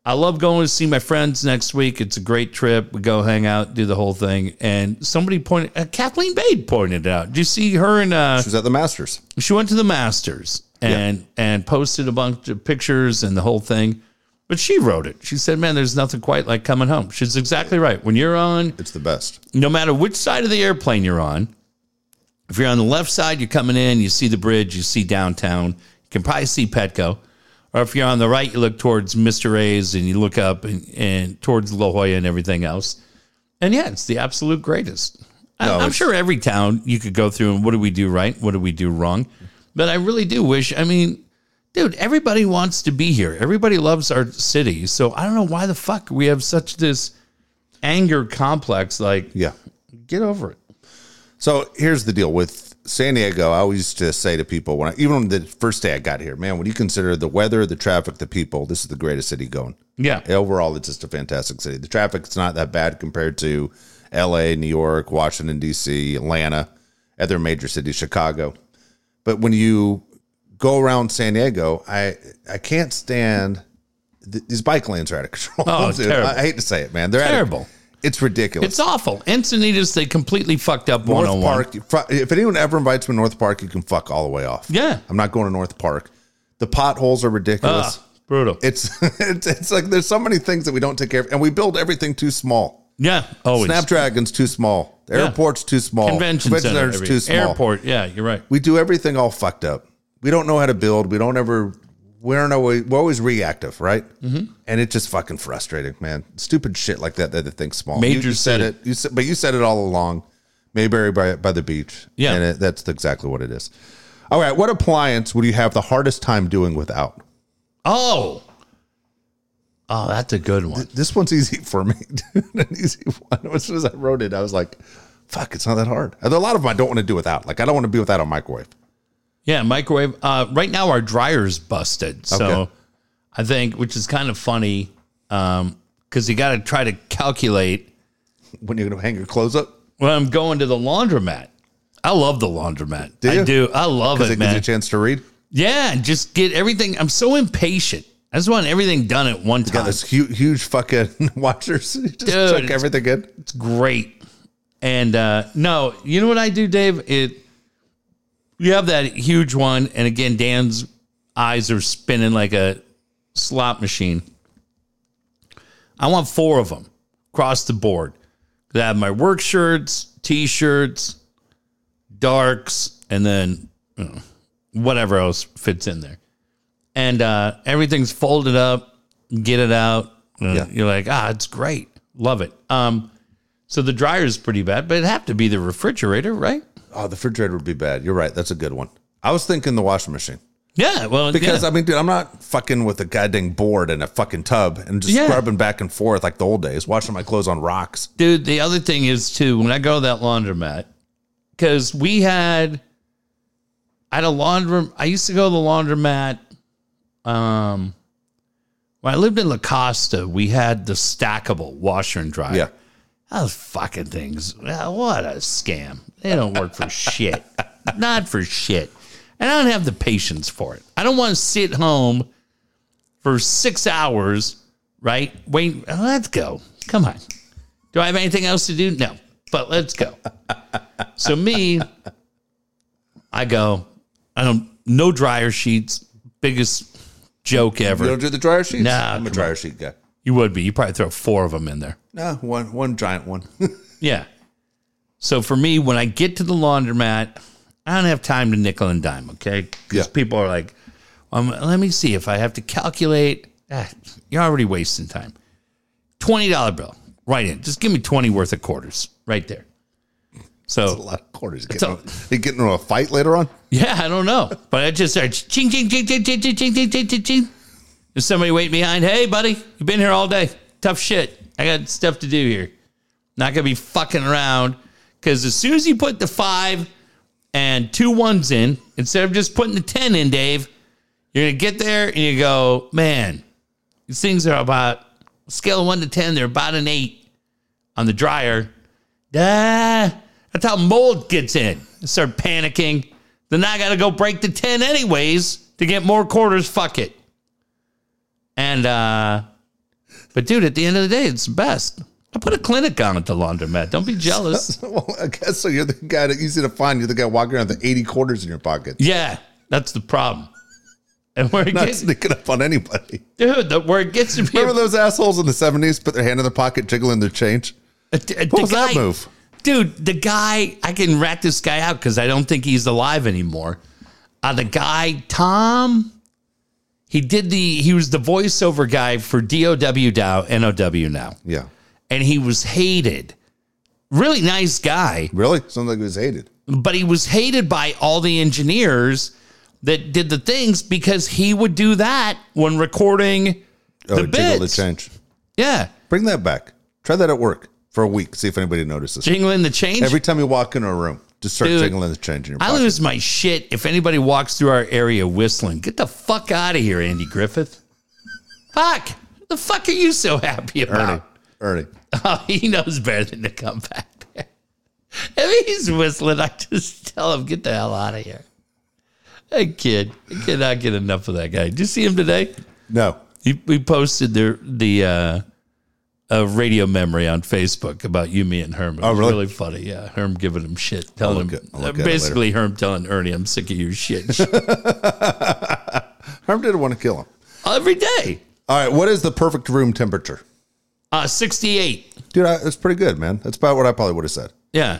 I love going to see my friends next week. It's a great trip. We go hang out, do the whole thing. And somebody pointed, uh, Kathleen Bade pointed it out. Did you see her and uh,
She was at the Masters.
she went to the Masters and and posted a bunch of pictures and the whole thing. But she wrote it. She said, "Man, there's nothing quite like coming home." She's exactly right. When you're on
It's the best.
no matter which side of the airplane you're on, if you're on the left side, you're coming in, you see the bridge, you see downtown, you can probably see Petco. Or if you're on the right, you look towards Mr. A's and you look up and, and towards La Jolla and everything else. And yeah, it's the absolute greatest. I,
No,
I'm
it's-
sure every town you could go through and what do we do right? What do we do wrong? But I really do wish, I mean, dude, everybody wants to be here. Everybody loves our city. So I don't know why the fuck we have such this anger complex. Like,
Yeah.
get over it.
So here's the deal with San Diego. I always used to say to people when I even on the first day I got here, man, when you consider the weather, the traffic, the people, this is the greatest city going.
Yeah.
overall it's just a fantastic city the traffic's not that bad compared to la new york washington d.c atlanta other major cities chicago but when you go around san diego i i can't stand th- these bike lanes are out of control
Oh,
dude.
terrible.
I, I hate to say it man they're out of-
Terrible.
it's ridiculous
It's awful. Encinitas, they completely fucked up one on
North
one.
Park. you fu- If anyone ever invites me to North Park, you can fuck all the way off.
Yeah.
I'm not going to North Park. The potholes are ridiculous.
Brutal.
It's, it's it's like there's so many things that we don't take care of, and we build everything too small.
yeah. Always.
Snapdragon's too small. The
Yeah.
airport's too small.
Convention, center.
center's
every-
too small.
Airport. Yeah, you're right.
We do everything all fucked up. We don't know how to build. We don't ever. We're always we're always reactive, right? Mm-hmm. And it's just fucking frustrating, man. Stupid shit like that that they think small. You-
Major
you, said
city.
it. You said, but you said it all along. Mayberry by, by the beach.
Yeah.
and it, that's exactly what it is. All right, what appliance would you have the hardest time doing without?
Oh. Oh, that's a good one.
this one's easy for me. dude. An easy one. As soon as I wrote it, I was like, fuck, it's not that hard. A lot of them I don't want to do without. Like, I don't want to be without a microwave.
Yeah, microwave. Uh, right now, our dryer's busted. So
Okay.
I think, which is kind of funny because you got to try to calculate.
When you're going to hang your clothes up,
Well, I'm going to the laundromat. I love the laundromat.
Do
I
you?
do. I love
because
it,
it gives
man.
you a chance to read.
Yeah, and just get everything. I'm so impatient. I just want everything done at one
Got
time.
this huge, huge fucking watchers. You just
Uh, Dude,
check
it's-
everything in.
It's great. And uh, no, you know what I do, Dave? It you have that huge one, and again, Dan's eyes are spinning like a slot machine. I want four of them across the board. 'Cause I have my work shirts, t-shirts, darks, and then you know, whatever else fits in there. And uh, everything's folded up. Get it out. Uh,
Yeah.
You're like, ah, it's great. Love it. Um, so the dryer is pretty bad, but it'd have to be the refrigerator, right?
Oh, the refrigerator would be bad. You're right. That's a good one. I was thinking the washing machine
Yeah. Well,
because
yeah.
I mean, dude, I'm not fucking with a goddamn board and a fucking tub and just
Yeah.
scrubbing back and forth like the old days, washing my clothes on rocks.
dude the other thing is too when i go to that laundromat because we had i had a laundromat i used to go to the laundromat um when i lived in la costa we had the stackable washer and dryer
Yeah.
those fucking things well, what a scam they don't work for shit not for shit and i don't have the patience for it i don't want to sit home for six hours right wait let's go come on Do I have anything else to do? No, but let's go. so me, I go. I don't. No dryer sheets. Biggest joke ever.
You don't do the dryer sheets?
Nah,
I'm a
come
dryer sheet guy.
you would be. You probably throw four of them in there.
No, one one giant one.
Yeah. So for me, when I get to the laundromat, I don't have time to nickel and dime, okay? Because
Yeah.
people are like, um, let me see if I have to calculate. Ah, you're already wasting time. $20 bill, right in. Just give me 20 worth of quarters right there.
a
So,
lot of quarters.
It's
Getting,
all-
they get into a fight later on.
yeah, I don't know. But I just started ching, ching, ching, ching, ching, ching, ching, ching, ching, ching, ching. There's somebody waiting behind. Hey, buddy, you've been here all day. Tough shit. I got stuff to do here. Not gonna be fucking around. Cause as soon as you put the five and two ones in, instead of just putting the ten in, Dave, you're gonna get there and you go, man, these things are about scale of one to ten, they're about an eight on the dryer. Ah, that's how mold gets in. I start panicking. Then I gotta go break the ten anyways to get more quarters. Fuck it. And uh but dude, at the end of the day, it's the best. I put a clinic on at the laundromat. Don't be jealous.
well, I guess so. You're the guy that easy to find. You're the guy walking around with 80 quarters in your pocket.
yeah, that's the problem. And where it
Not
gets,
sneaking up on anybody.
dude, the, where it gets to be,
Remember those assholes in the 70s put their hand in their pocket, jiggling their change?
the
What was
guy-
that move?
dude the guy i can rat this guy out because i don't think he's alive anymore uh, the guy tom he did the he was the voiceover guy for dow now now
Yeah.
and he was hated really nice guy
Really? Sounds like he was hated.
but he was hated by all the engineers that did the things because he would do that when recording
Oh,
the
jiggle the
bits.
change.
yeah
Bring that back. Try that at work for a week. See if anybody notices.
jingling the change
Every time you walk into a room, just start
Dude,
jiggling the change in your
I
pocket.
lose my shit if anybody walks through our area whistling. Get the fuck out of here, Andy Griffith. Fuck. The fuck are you so happy
Ernie.
about?
Ernie.
Oh, he knows better than to come back there. If he's whistling, I just tell him, get the hell out of here. That kid, I cannot get enough of that guy. Did you see him today?
No.
He, we posted their, the uh, uh, radio memory on Facebook about you, me, and Herm. It was
Oh, really?
really funny. Yeah, Herm giving him shit. Telling him,
look at- I'll look at
uh,
it
basically, Herm telling Ernie, I'm sick of your shit.
Herm didn't want to kill him.
Every day.
All right. What is the perfect room temperature?
Uh, 68.
Dude, I, that's pretty good, man. That's about what I probably would have said.
Yeah.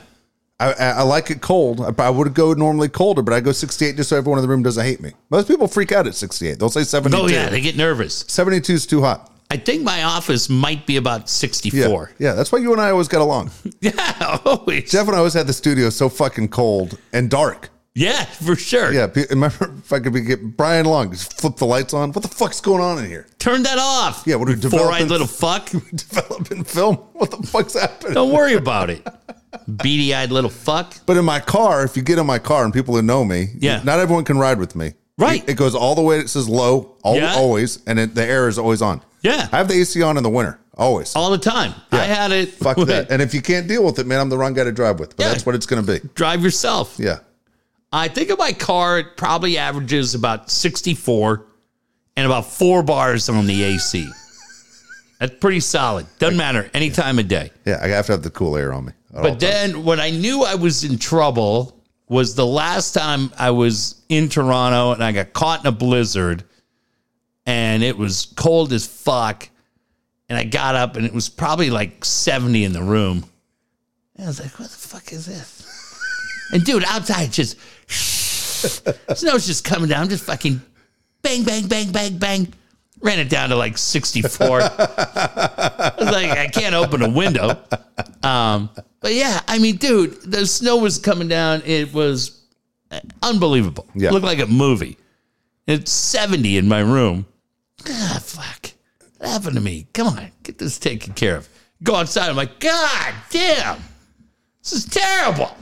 I, I, I like it cold. I, I would go normally colder, but I go 68 just so everyone in the room doesn't hate me. Most people freak out at 68. They'll say 72.
Oh, yeah. They get nervous.
72 is too hot.
I think my office might be about
Yeah.
64.
Yeah, that's why you and I always got along.
Yeah. always.
Jeff and I always had the studio so fucking cold and dark.
Yeah, for sure.
Yeah, pe- remember if I could be get Brian Long, just flip the lights on. What the fuck's going on in here?
Turn that off.
Yeah, what are we
Four
developing?
eyed little fuck.
Developing film. What the fuck's happening?
Don't worry about it. Beady eyed little fuck.
But in my car, if you get in my car and people who know me,
Yeah.
not everyone can ride with me.
Right.
It, it goes all the way. It says low, al-
Yeah.
always, and it, the air is always on.
Yeah.
I have the AC on in the winter, always.
All the time. I had it.
Fuck
with-
that. And if you can't deal with it, man, I'm the wrong guy to drive with. But
Yeah.
that's what it's going to be.
Drive yourself.
Yeah.
I think of my car, it probably averages about 64 and about four bars on the AC. That's pretty solid. Doesn't matter any time of day.
Yeah. I have to have the cool air on me. at all
But then when I knew I was in trouble was the last time I was in Toronto and I got caught in a blizzard and it was cold as fuck. And I got up and it was probably like 70 in the room. And I was like, what the fuck is this? and dude, outside just snow's just coming down, just fucking bang, bang, bang, bang, bang. Ran it down to like 64. I was like, I can't open a window. Um, but yeah, I mean, dude, the snow was coming down. It was unbelievable.
Yeah.
Looked like a movie. It's 70 in my room. Ah, fuck. What happened to me? Come on, get this taken care of. Go outside. I'm like, God damn, this is terrible.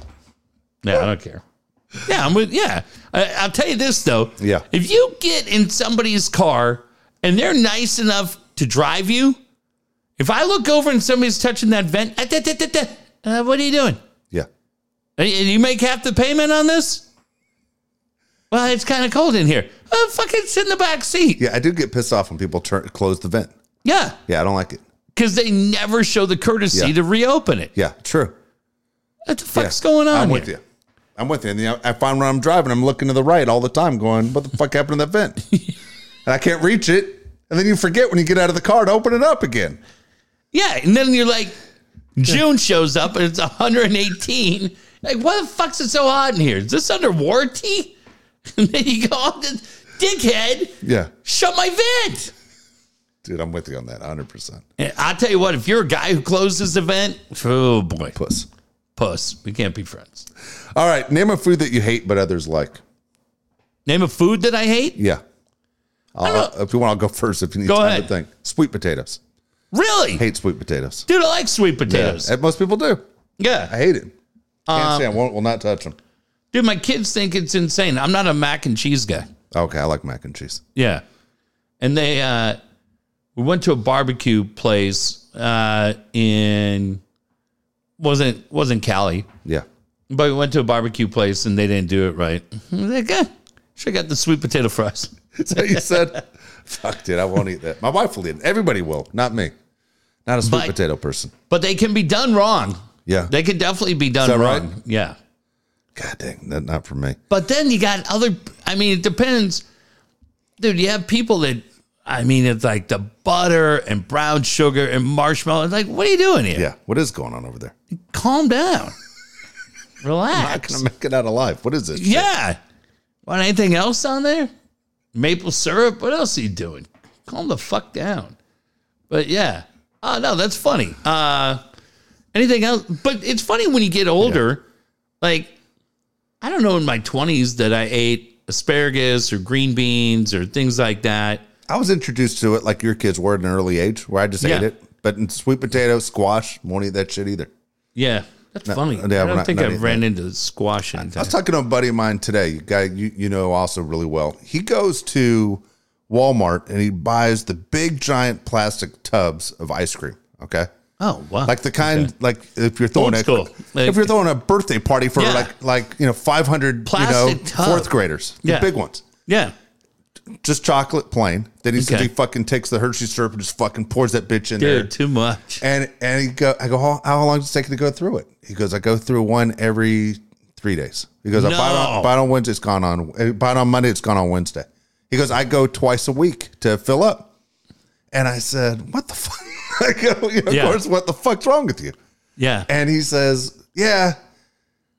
Yeah, I don't care. Yeah, I'm with. Yeah, I, I'll tell you this though.
Yeah.
if you get in somebody's car and they're nice enough to drive you, if I look over and somebody's touching that vent, ah, da, da, da, da, uh, what are you doing?
Yeah.
And and you make half the payment on this? Well, it's kind of cold in here. Oh, fucking sit in the back seat.
Yeah. I do get pissed off when people turn, close the vent.
Yeah.
Yeah. I don't like it.
because they never show the courtesy
Yeah.
to reopen it.
Yeah, true.
What the fuck's going on?
I'm with
here?
you. I'm with you. And you know, I find when I'm driving, I'm looking to the right all the time, going, "What the fuck happened to that vent?" and I can't reach it. And then you forget when you get out of the car to open it up again.
Yeah, and then you're like, June shows up and it's 118. Like, what the fuck's it so hot in here? Is this under warranty? And then you go, oh, this dickhead,
Yeah,
shut my vent.
dude, I'm with you on that, hundred percent.
And I'll tell you what, if you're a guy who closed this event, oh boy,
Puss.
puss, we can't be friends.
All right, name a food that you hate but others like.
Name a food that I hate?
Yeah. I'll, if you want, I'll go first. If you need
Go
time to
ahead.
think, sweet potatoes.
Really?
Hate sweet potatoes.
Dude, I like sweet potatoes. Um,
Yeah, and most people do.
Yeah.
I hate it. Can't stand. Won't, will not touch them.
Dude, my kids think it's insane. I'm not a mac and cheese guy.
Okay, I like mac and cheese.
Yeah. And they uh we went to a barbecue place uh in wasn't wasn't Cali,
Yeah.
but we went to a barbecue place and they didn't do it right. I was Like, eh, should have got the sweet potato fries.
So you said, "Fuck, dude, I won't eat that." My wife will eat it. Everybody will, not me. Not a sweet
But-
potato person.
But they can be done wrong.
Yeah.
They can definitely be done
that right?
wrong. Yeah.
God dang, that not for me.
But then you got other. I mean, it depends, dude. You have people that. I mean, it's like the butter and brown sugar and marshmallow. It's like, what are you doing here?
Yeah. What is going on over there?
Calm down.
Not
Relax.
gonna make it out alive. What is it?
yeah. Want anything else on there? Maple syrup? What else are you doing? Calm the fuck down. But yeah. Oh no, that's funny. Uh anything else? But it's funny when you get older, like I don't know in my twenties that I ate asparagus or green beans or things like that.
I was introduced to it like your kids were at an early age, where I just
Yeah.
ate it. But in sweet potato, squash, won't eat that shit either.
Yeah. That's funny.
yeah,
I don't
we're not-
think
not
I
eating
ran into squash in
I
time.
was talking to a buddy of mine today, a guy you, you know also really well. He goes to Walmart and he buys the big giant plastic tubs of ice cream. Okay.
Oh wow.
Like the kind, like if you're throwing
Old
a,
school. Like-
if you're throwing a birthday party for
Yeah.
like like you know 500 you know
Plastic tub.
fourth graders, the
Yeah.
big ones,
yeah.
just chocolate plain. Then he says
Okay.
he fucking takes the Hershey syrup and just fucking pours that bitch in there.
Dude, too much.
And and he go, I go, how, how long does it take you to go through it? He goes, I go through one every three days. He goes, I buy it, on,
No.
buy it on Wednesday, it's gone on. I Buy it on Monday, it's gone on Wednesday. He goes, I go twice a week to fill up. And I said, what the fuck? I go, "Yeah, of
Yeah.
course, what the fuck's wrong with you?
Yeah.
And he says, yeah.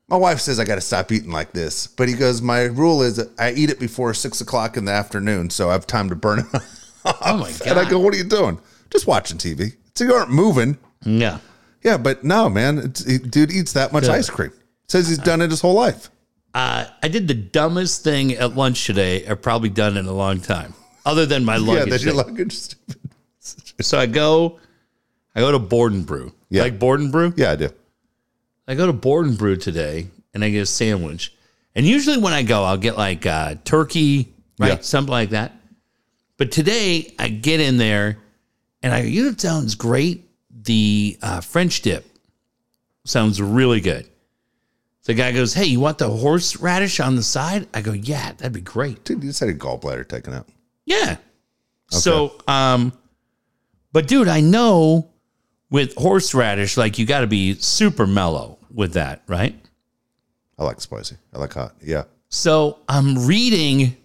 My wife says I got to stop eating like this, but he goes, my rule is that I eat it before six o'clock in the afternoon, so I have time to burn it.
oh my
and I
god.
go, what are you doing? Just watching TV. So you aren't moving.
yeah.
Yeah, but no, man, it's, it, dude eats that much ice cream. Says he's done it his whole life.
Uh, I did the dumbest thing at lunch today I've probably done in a long time, other than my luggage.
yeah, that's your
thing.
luggage. Stupid.
so I go, I go to Borden Brew.
Yeah.
Like Borden Brew.
Yeah, I do.
I go to Borden Brew today, and I get a sandwich. And usually when I go, I'll get like uh, turkey, right,
Yeah.
something like that. But today I get in there, and I go, you know, what sounds great. The uh, French dip sounds really good. The guy goes, "Hey, you want the horseradish on the side?" I go, "Yeah, that'd be great."
Dude, you just had a gallbladder taken out.
Yeah. So, um, but dude, I know with horseradish, like you got to be super mellow with that, right?
I like spicy. I like hot. Yeah.
So I'm reading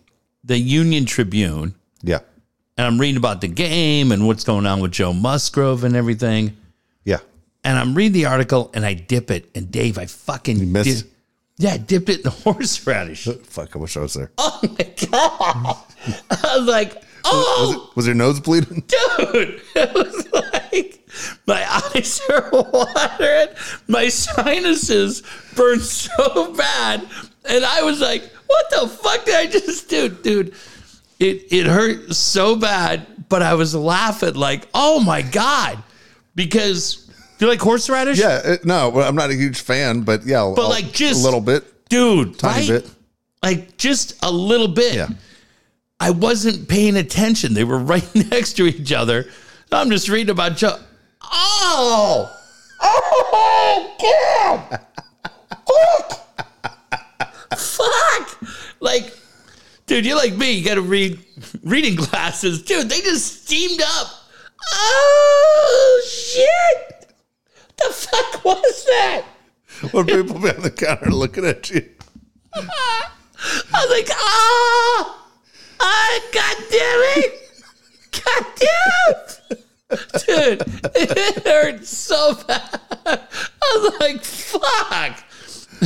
the Union Tribune
Yeah.
and I'm reading about the game and what's going on with Joe Musgrove and everything.
Yeah.
And I'm reading the article and I dip it. And Dave, I fucking you
missed it?
yeah, I dipped it in the horseradish.
Fuck, I wish I was there.
Oh my god! I was like, oh,
Was your nose bleeding?
dude, it was like my eyes are watering, my sinuses burn so bad, and I was like, "What the fuck did I just do, dude?" It it hurt so bad, but I was laughing like, "Oh my god!" Because do you like horseradish?
yeah. It, no, well, I'm not a huge fan, but yeah. But
like, just-
a little bit,
dude,
tiny
right?
bit.
Like just a little bit.
Yeah.
I wasn't paying attention. They were right next to each other. I'm just reading about Joe. Oh, oh, God. Fuck. Fuck. Like, dude, you're like me. You got to read reading glasses. Dude, they just steamed up. Oh shit! The fuck was that?
When people be on the counter looking at you,
I was like, oh, oh god damn it! God damn it! Dude, it hurt so bad. I was like, fuck.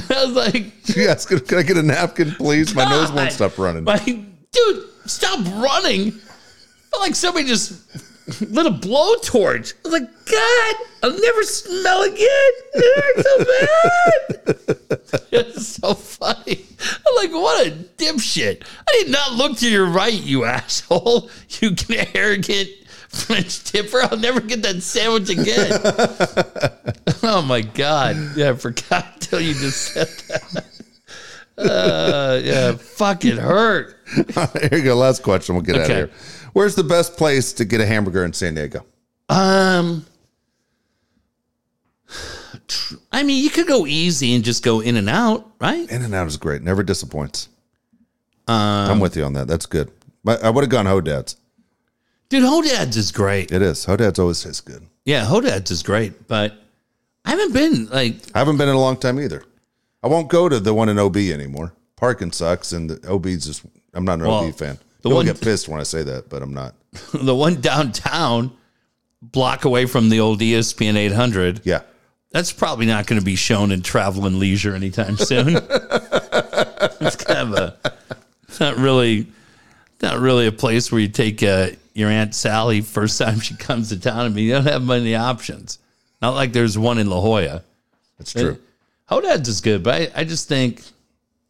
I was like,
you ask, them, "Can I get a napkin, please? My nose
God.
won't stop running."
my dude, stop running. Felt like somebody just lit a blowtorch. I was like, God, I'll never smell again. It hurts so bad. It's so funny. I'm like, what a dipshit. I did not look to your right, you asshole. You arrogant French tipper. I'll never get that sandwich again. oh my God. Yeah, I forgot till you just said that. Uh, yeah, fucking hurt.
here you go. Last question. We'll get out of
Okay.
here. Where's the best place to get a hamburger in San Diego?
Um, tr- I mean, you could go easy and just go in and out, right?
In and out is great. Never disappoints.
Um,
I'm with you on that. That's good. But uh, I would have gone Hodad's.
Dude, Hodad's is great.
It is. Hodad's always tastes good.
Yeah, Hodad's is great, but I haven't been like,
I haven't been in a long time either. I won't go to the one in OB anymore. Parking sucks, and the OB's just. I'm not an
Well,
OB fan.
the
People
one-
get pissed when I say that, but I'm not.
the one downtown, block away from the old E ESPN 800.
Yeah,
That's probably not going to be shown in Travel and Leisure anytime soon. it's kind of a it's not really not really a place where you take uh, your aunt Sally first time she comes to town. I mean, you don't have many options. Not like there's one in La Jolla.
that's true.
Hodad's is good, but I, I just think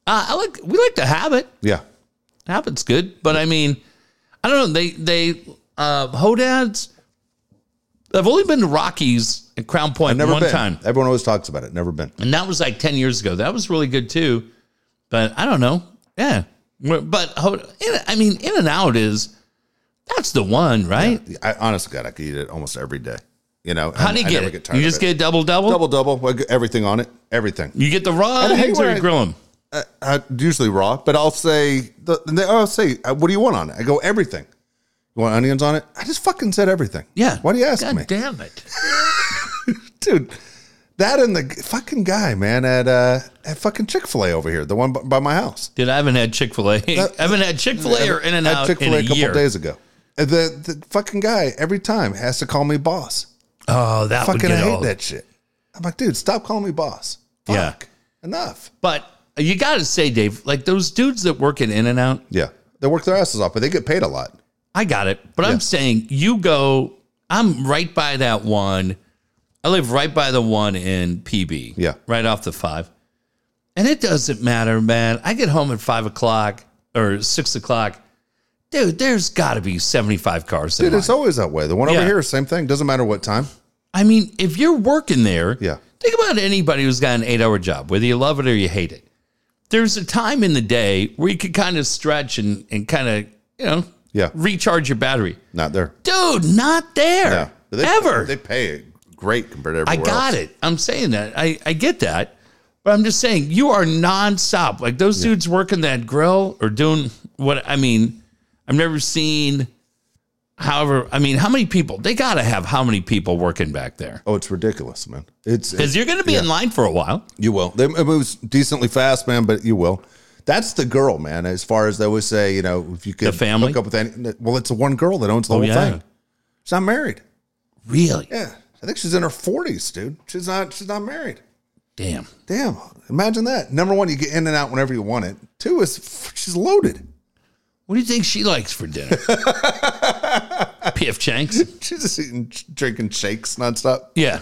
uh, I like we like to have it.
Yeah,
Habit's good, but I mean, I don't know. They they uh Hodad's. I've only been to Rockies at Crown Point
never
one
been.
time.
Everyone always talks about it. Never been.
and that was like 10 years ago that was really good too but i don't know yeah but ho- in, i mean in and out is that's the one right
I honest to God, I could eat it almost every day. You know,
how do you get it you just get double double
double double everything on it, everything.
you get the raw
And I hate
eggs or
when
you
I-
grill them
uh, uh, usually raw, but I'll say the, and they- I'll say, uh, what do you want on it? I go everything. You want onions on it? I just fucking said everything.
yeah
Why do you ask
God
me,
damn it
dude? That and the g- fucking guy, man, at uh, at fucking Chick Fil A over here, the one b- by my house.
dude i haven't had chick-fil-a i haven't had chick-fil-a or in and
Had
out in a,
a couple
year
days ago. And The the fucking guy every time has to call me boss.
oh that would
Fucking I
get
hate
old
that shit. I'm like, dude, stop calling me boss. Fuck.
Yeah.
Enough.
but you gotta say dave like those dudes that work in in and out
Yeah. They work their asses off, but they get paid a lot.
I got it. But I'm saying you go, I'm right by that one. I live right by the one in PB.
Yeah.
Right off the five. And it doesn't matter, man. I get home at five o'clock or six o'clock. Dude, there's got to be 75 cars. in
Dude, it's
line.
always that way. The one
Yeah.
over here, same thing. Doesn't matter what time.
I mean, if you're working there,
Yeah.
think about anybody who's got an eight hour job, whether you love it or you hate it. There's a time in the day where you could kind of stretch and, and kind of, you know,
Yeah.
recharge your battery.
Not there.
dude, not there
Yeah. But They,
ever.
They pay great compared to
I
everywhere
got it. I'm saying that. I I get that, but I'm just saying you are nonstop. Like those dudes working that grill or doing what? I mean, I've never seen. However, I mean, how many people? They got to have how many people working back there?
Oh, it's ridiculous, man. It's
Because you're going to be in line for a while.
You will. They, it moves decently fast, man, but you will. That's the girl, man. As far as they always say, you know, if you could
family? Oh,
hook up with any, well, it's the one girl that owns the whole
yeah.
thing. She's not married.
Really?
Yeah, I think she's in her forties, dude. She's not. She's not married.
Damn.
Damn, imagine that. Number one, you get in and out whenever you want it. Two is f- she's loaded.
What do you think she likes for dinner? PF Chang's.
She's just eating, drinking shakes nonstop.
Yeah,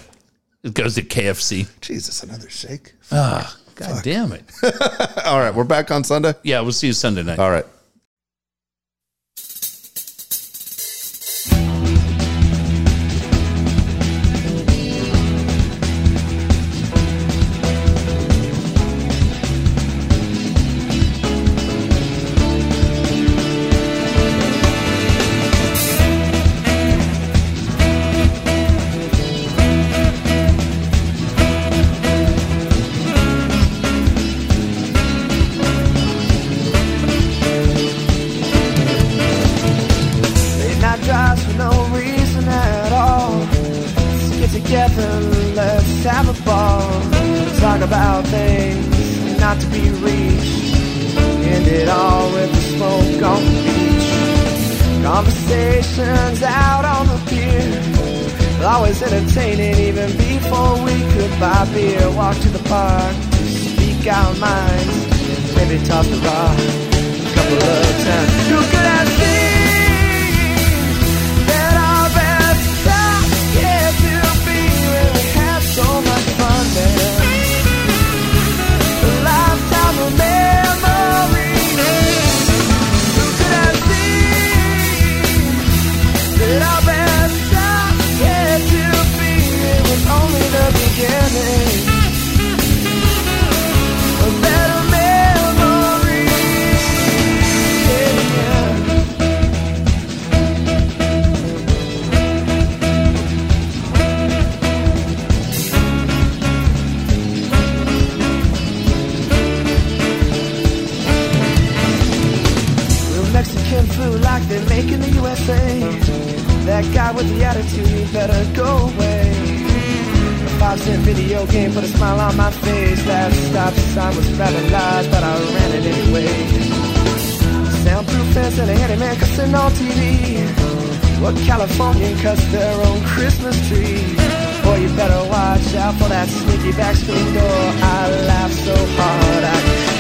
it goes to KFC.
Jesus, another shake.
God damn Ah, it.
All right, we're back on Sunday.
Yeah, we'll see you Sunday night.
All right.
not to be reached. Ended all with the smoke on the beach. Conversations out on the pier. Always entertaining even before we could buy beer. Walk to the park, speak our minds, and maybe toss the rock a couple of times. You could have seen that our best stuff yet to be when we had so much fun then. A lifetime of memories. You could have seen that our best stuff yet to be. It was only the beginning. Of better memories. Yeah. Real Mexican food like they make in the USA. That guy with the attitude, he better go away. A five cent video game put a smile on my face. That stop sign was rather large, but I ran it anyway. Soundproof fence and a handyman cussing on TV. What Californian cuts their own Christmas tree? Boy, you better watch out for that sneaky back screen door. I laughed so hard I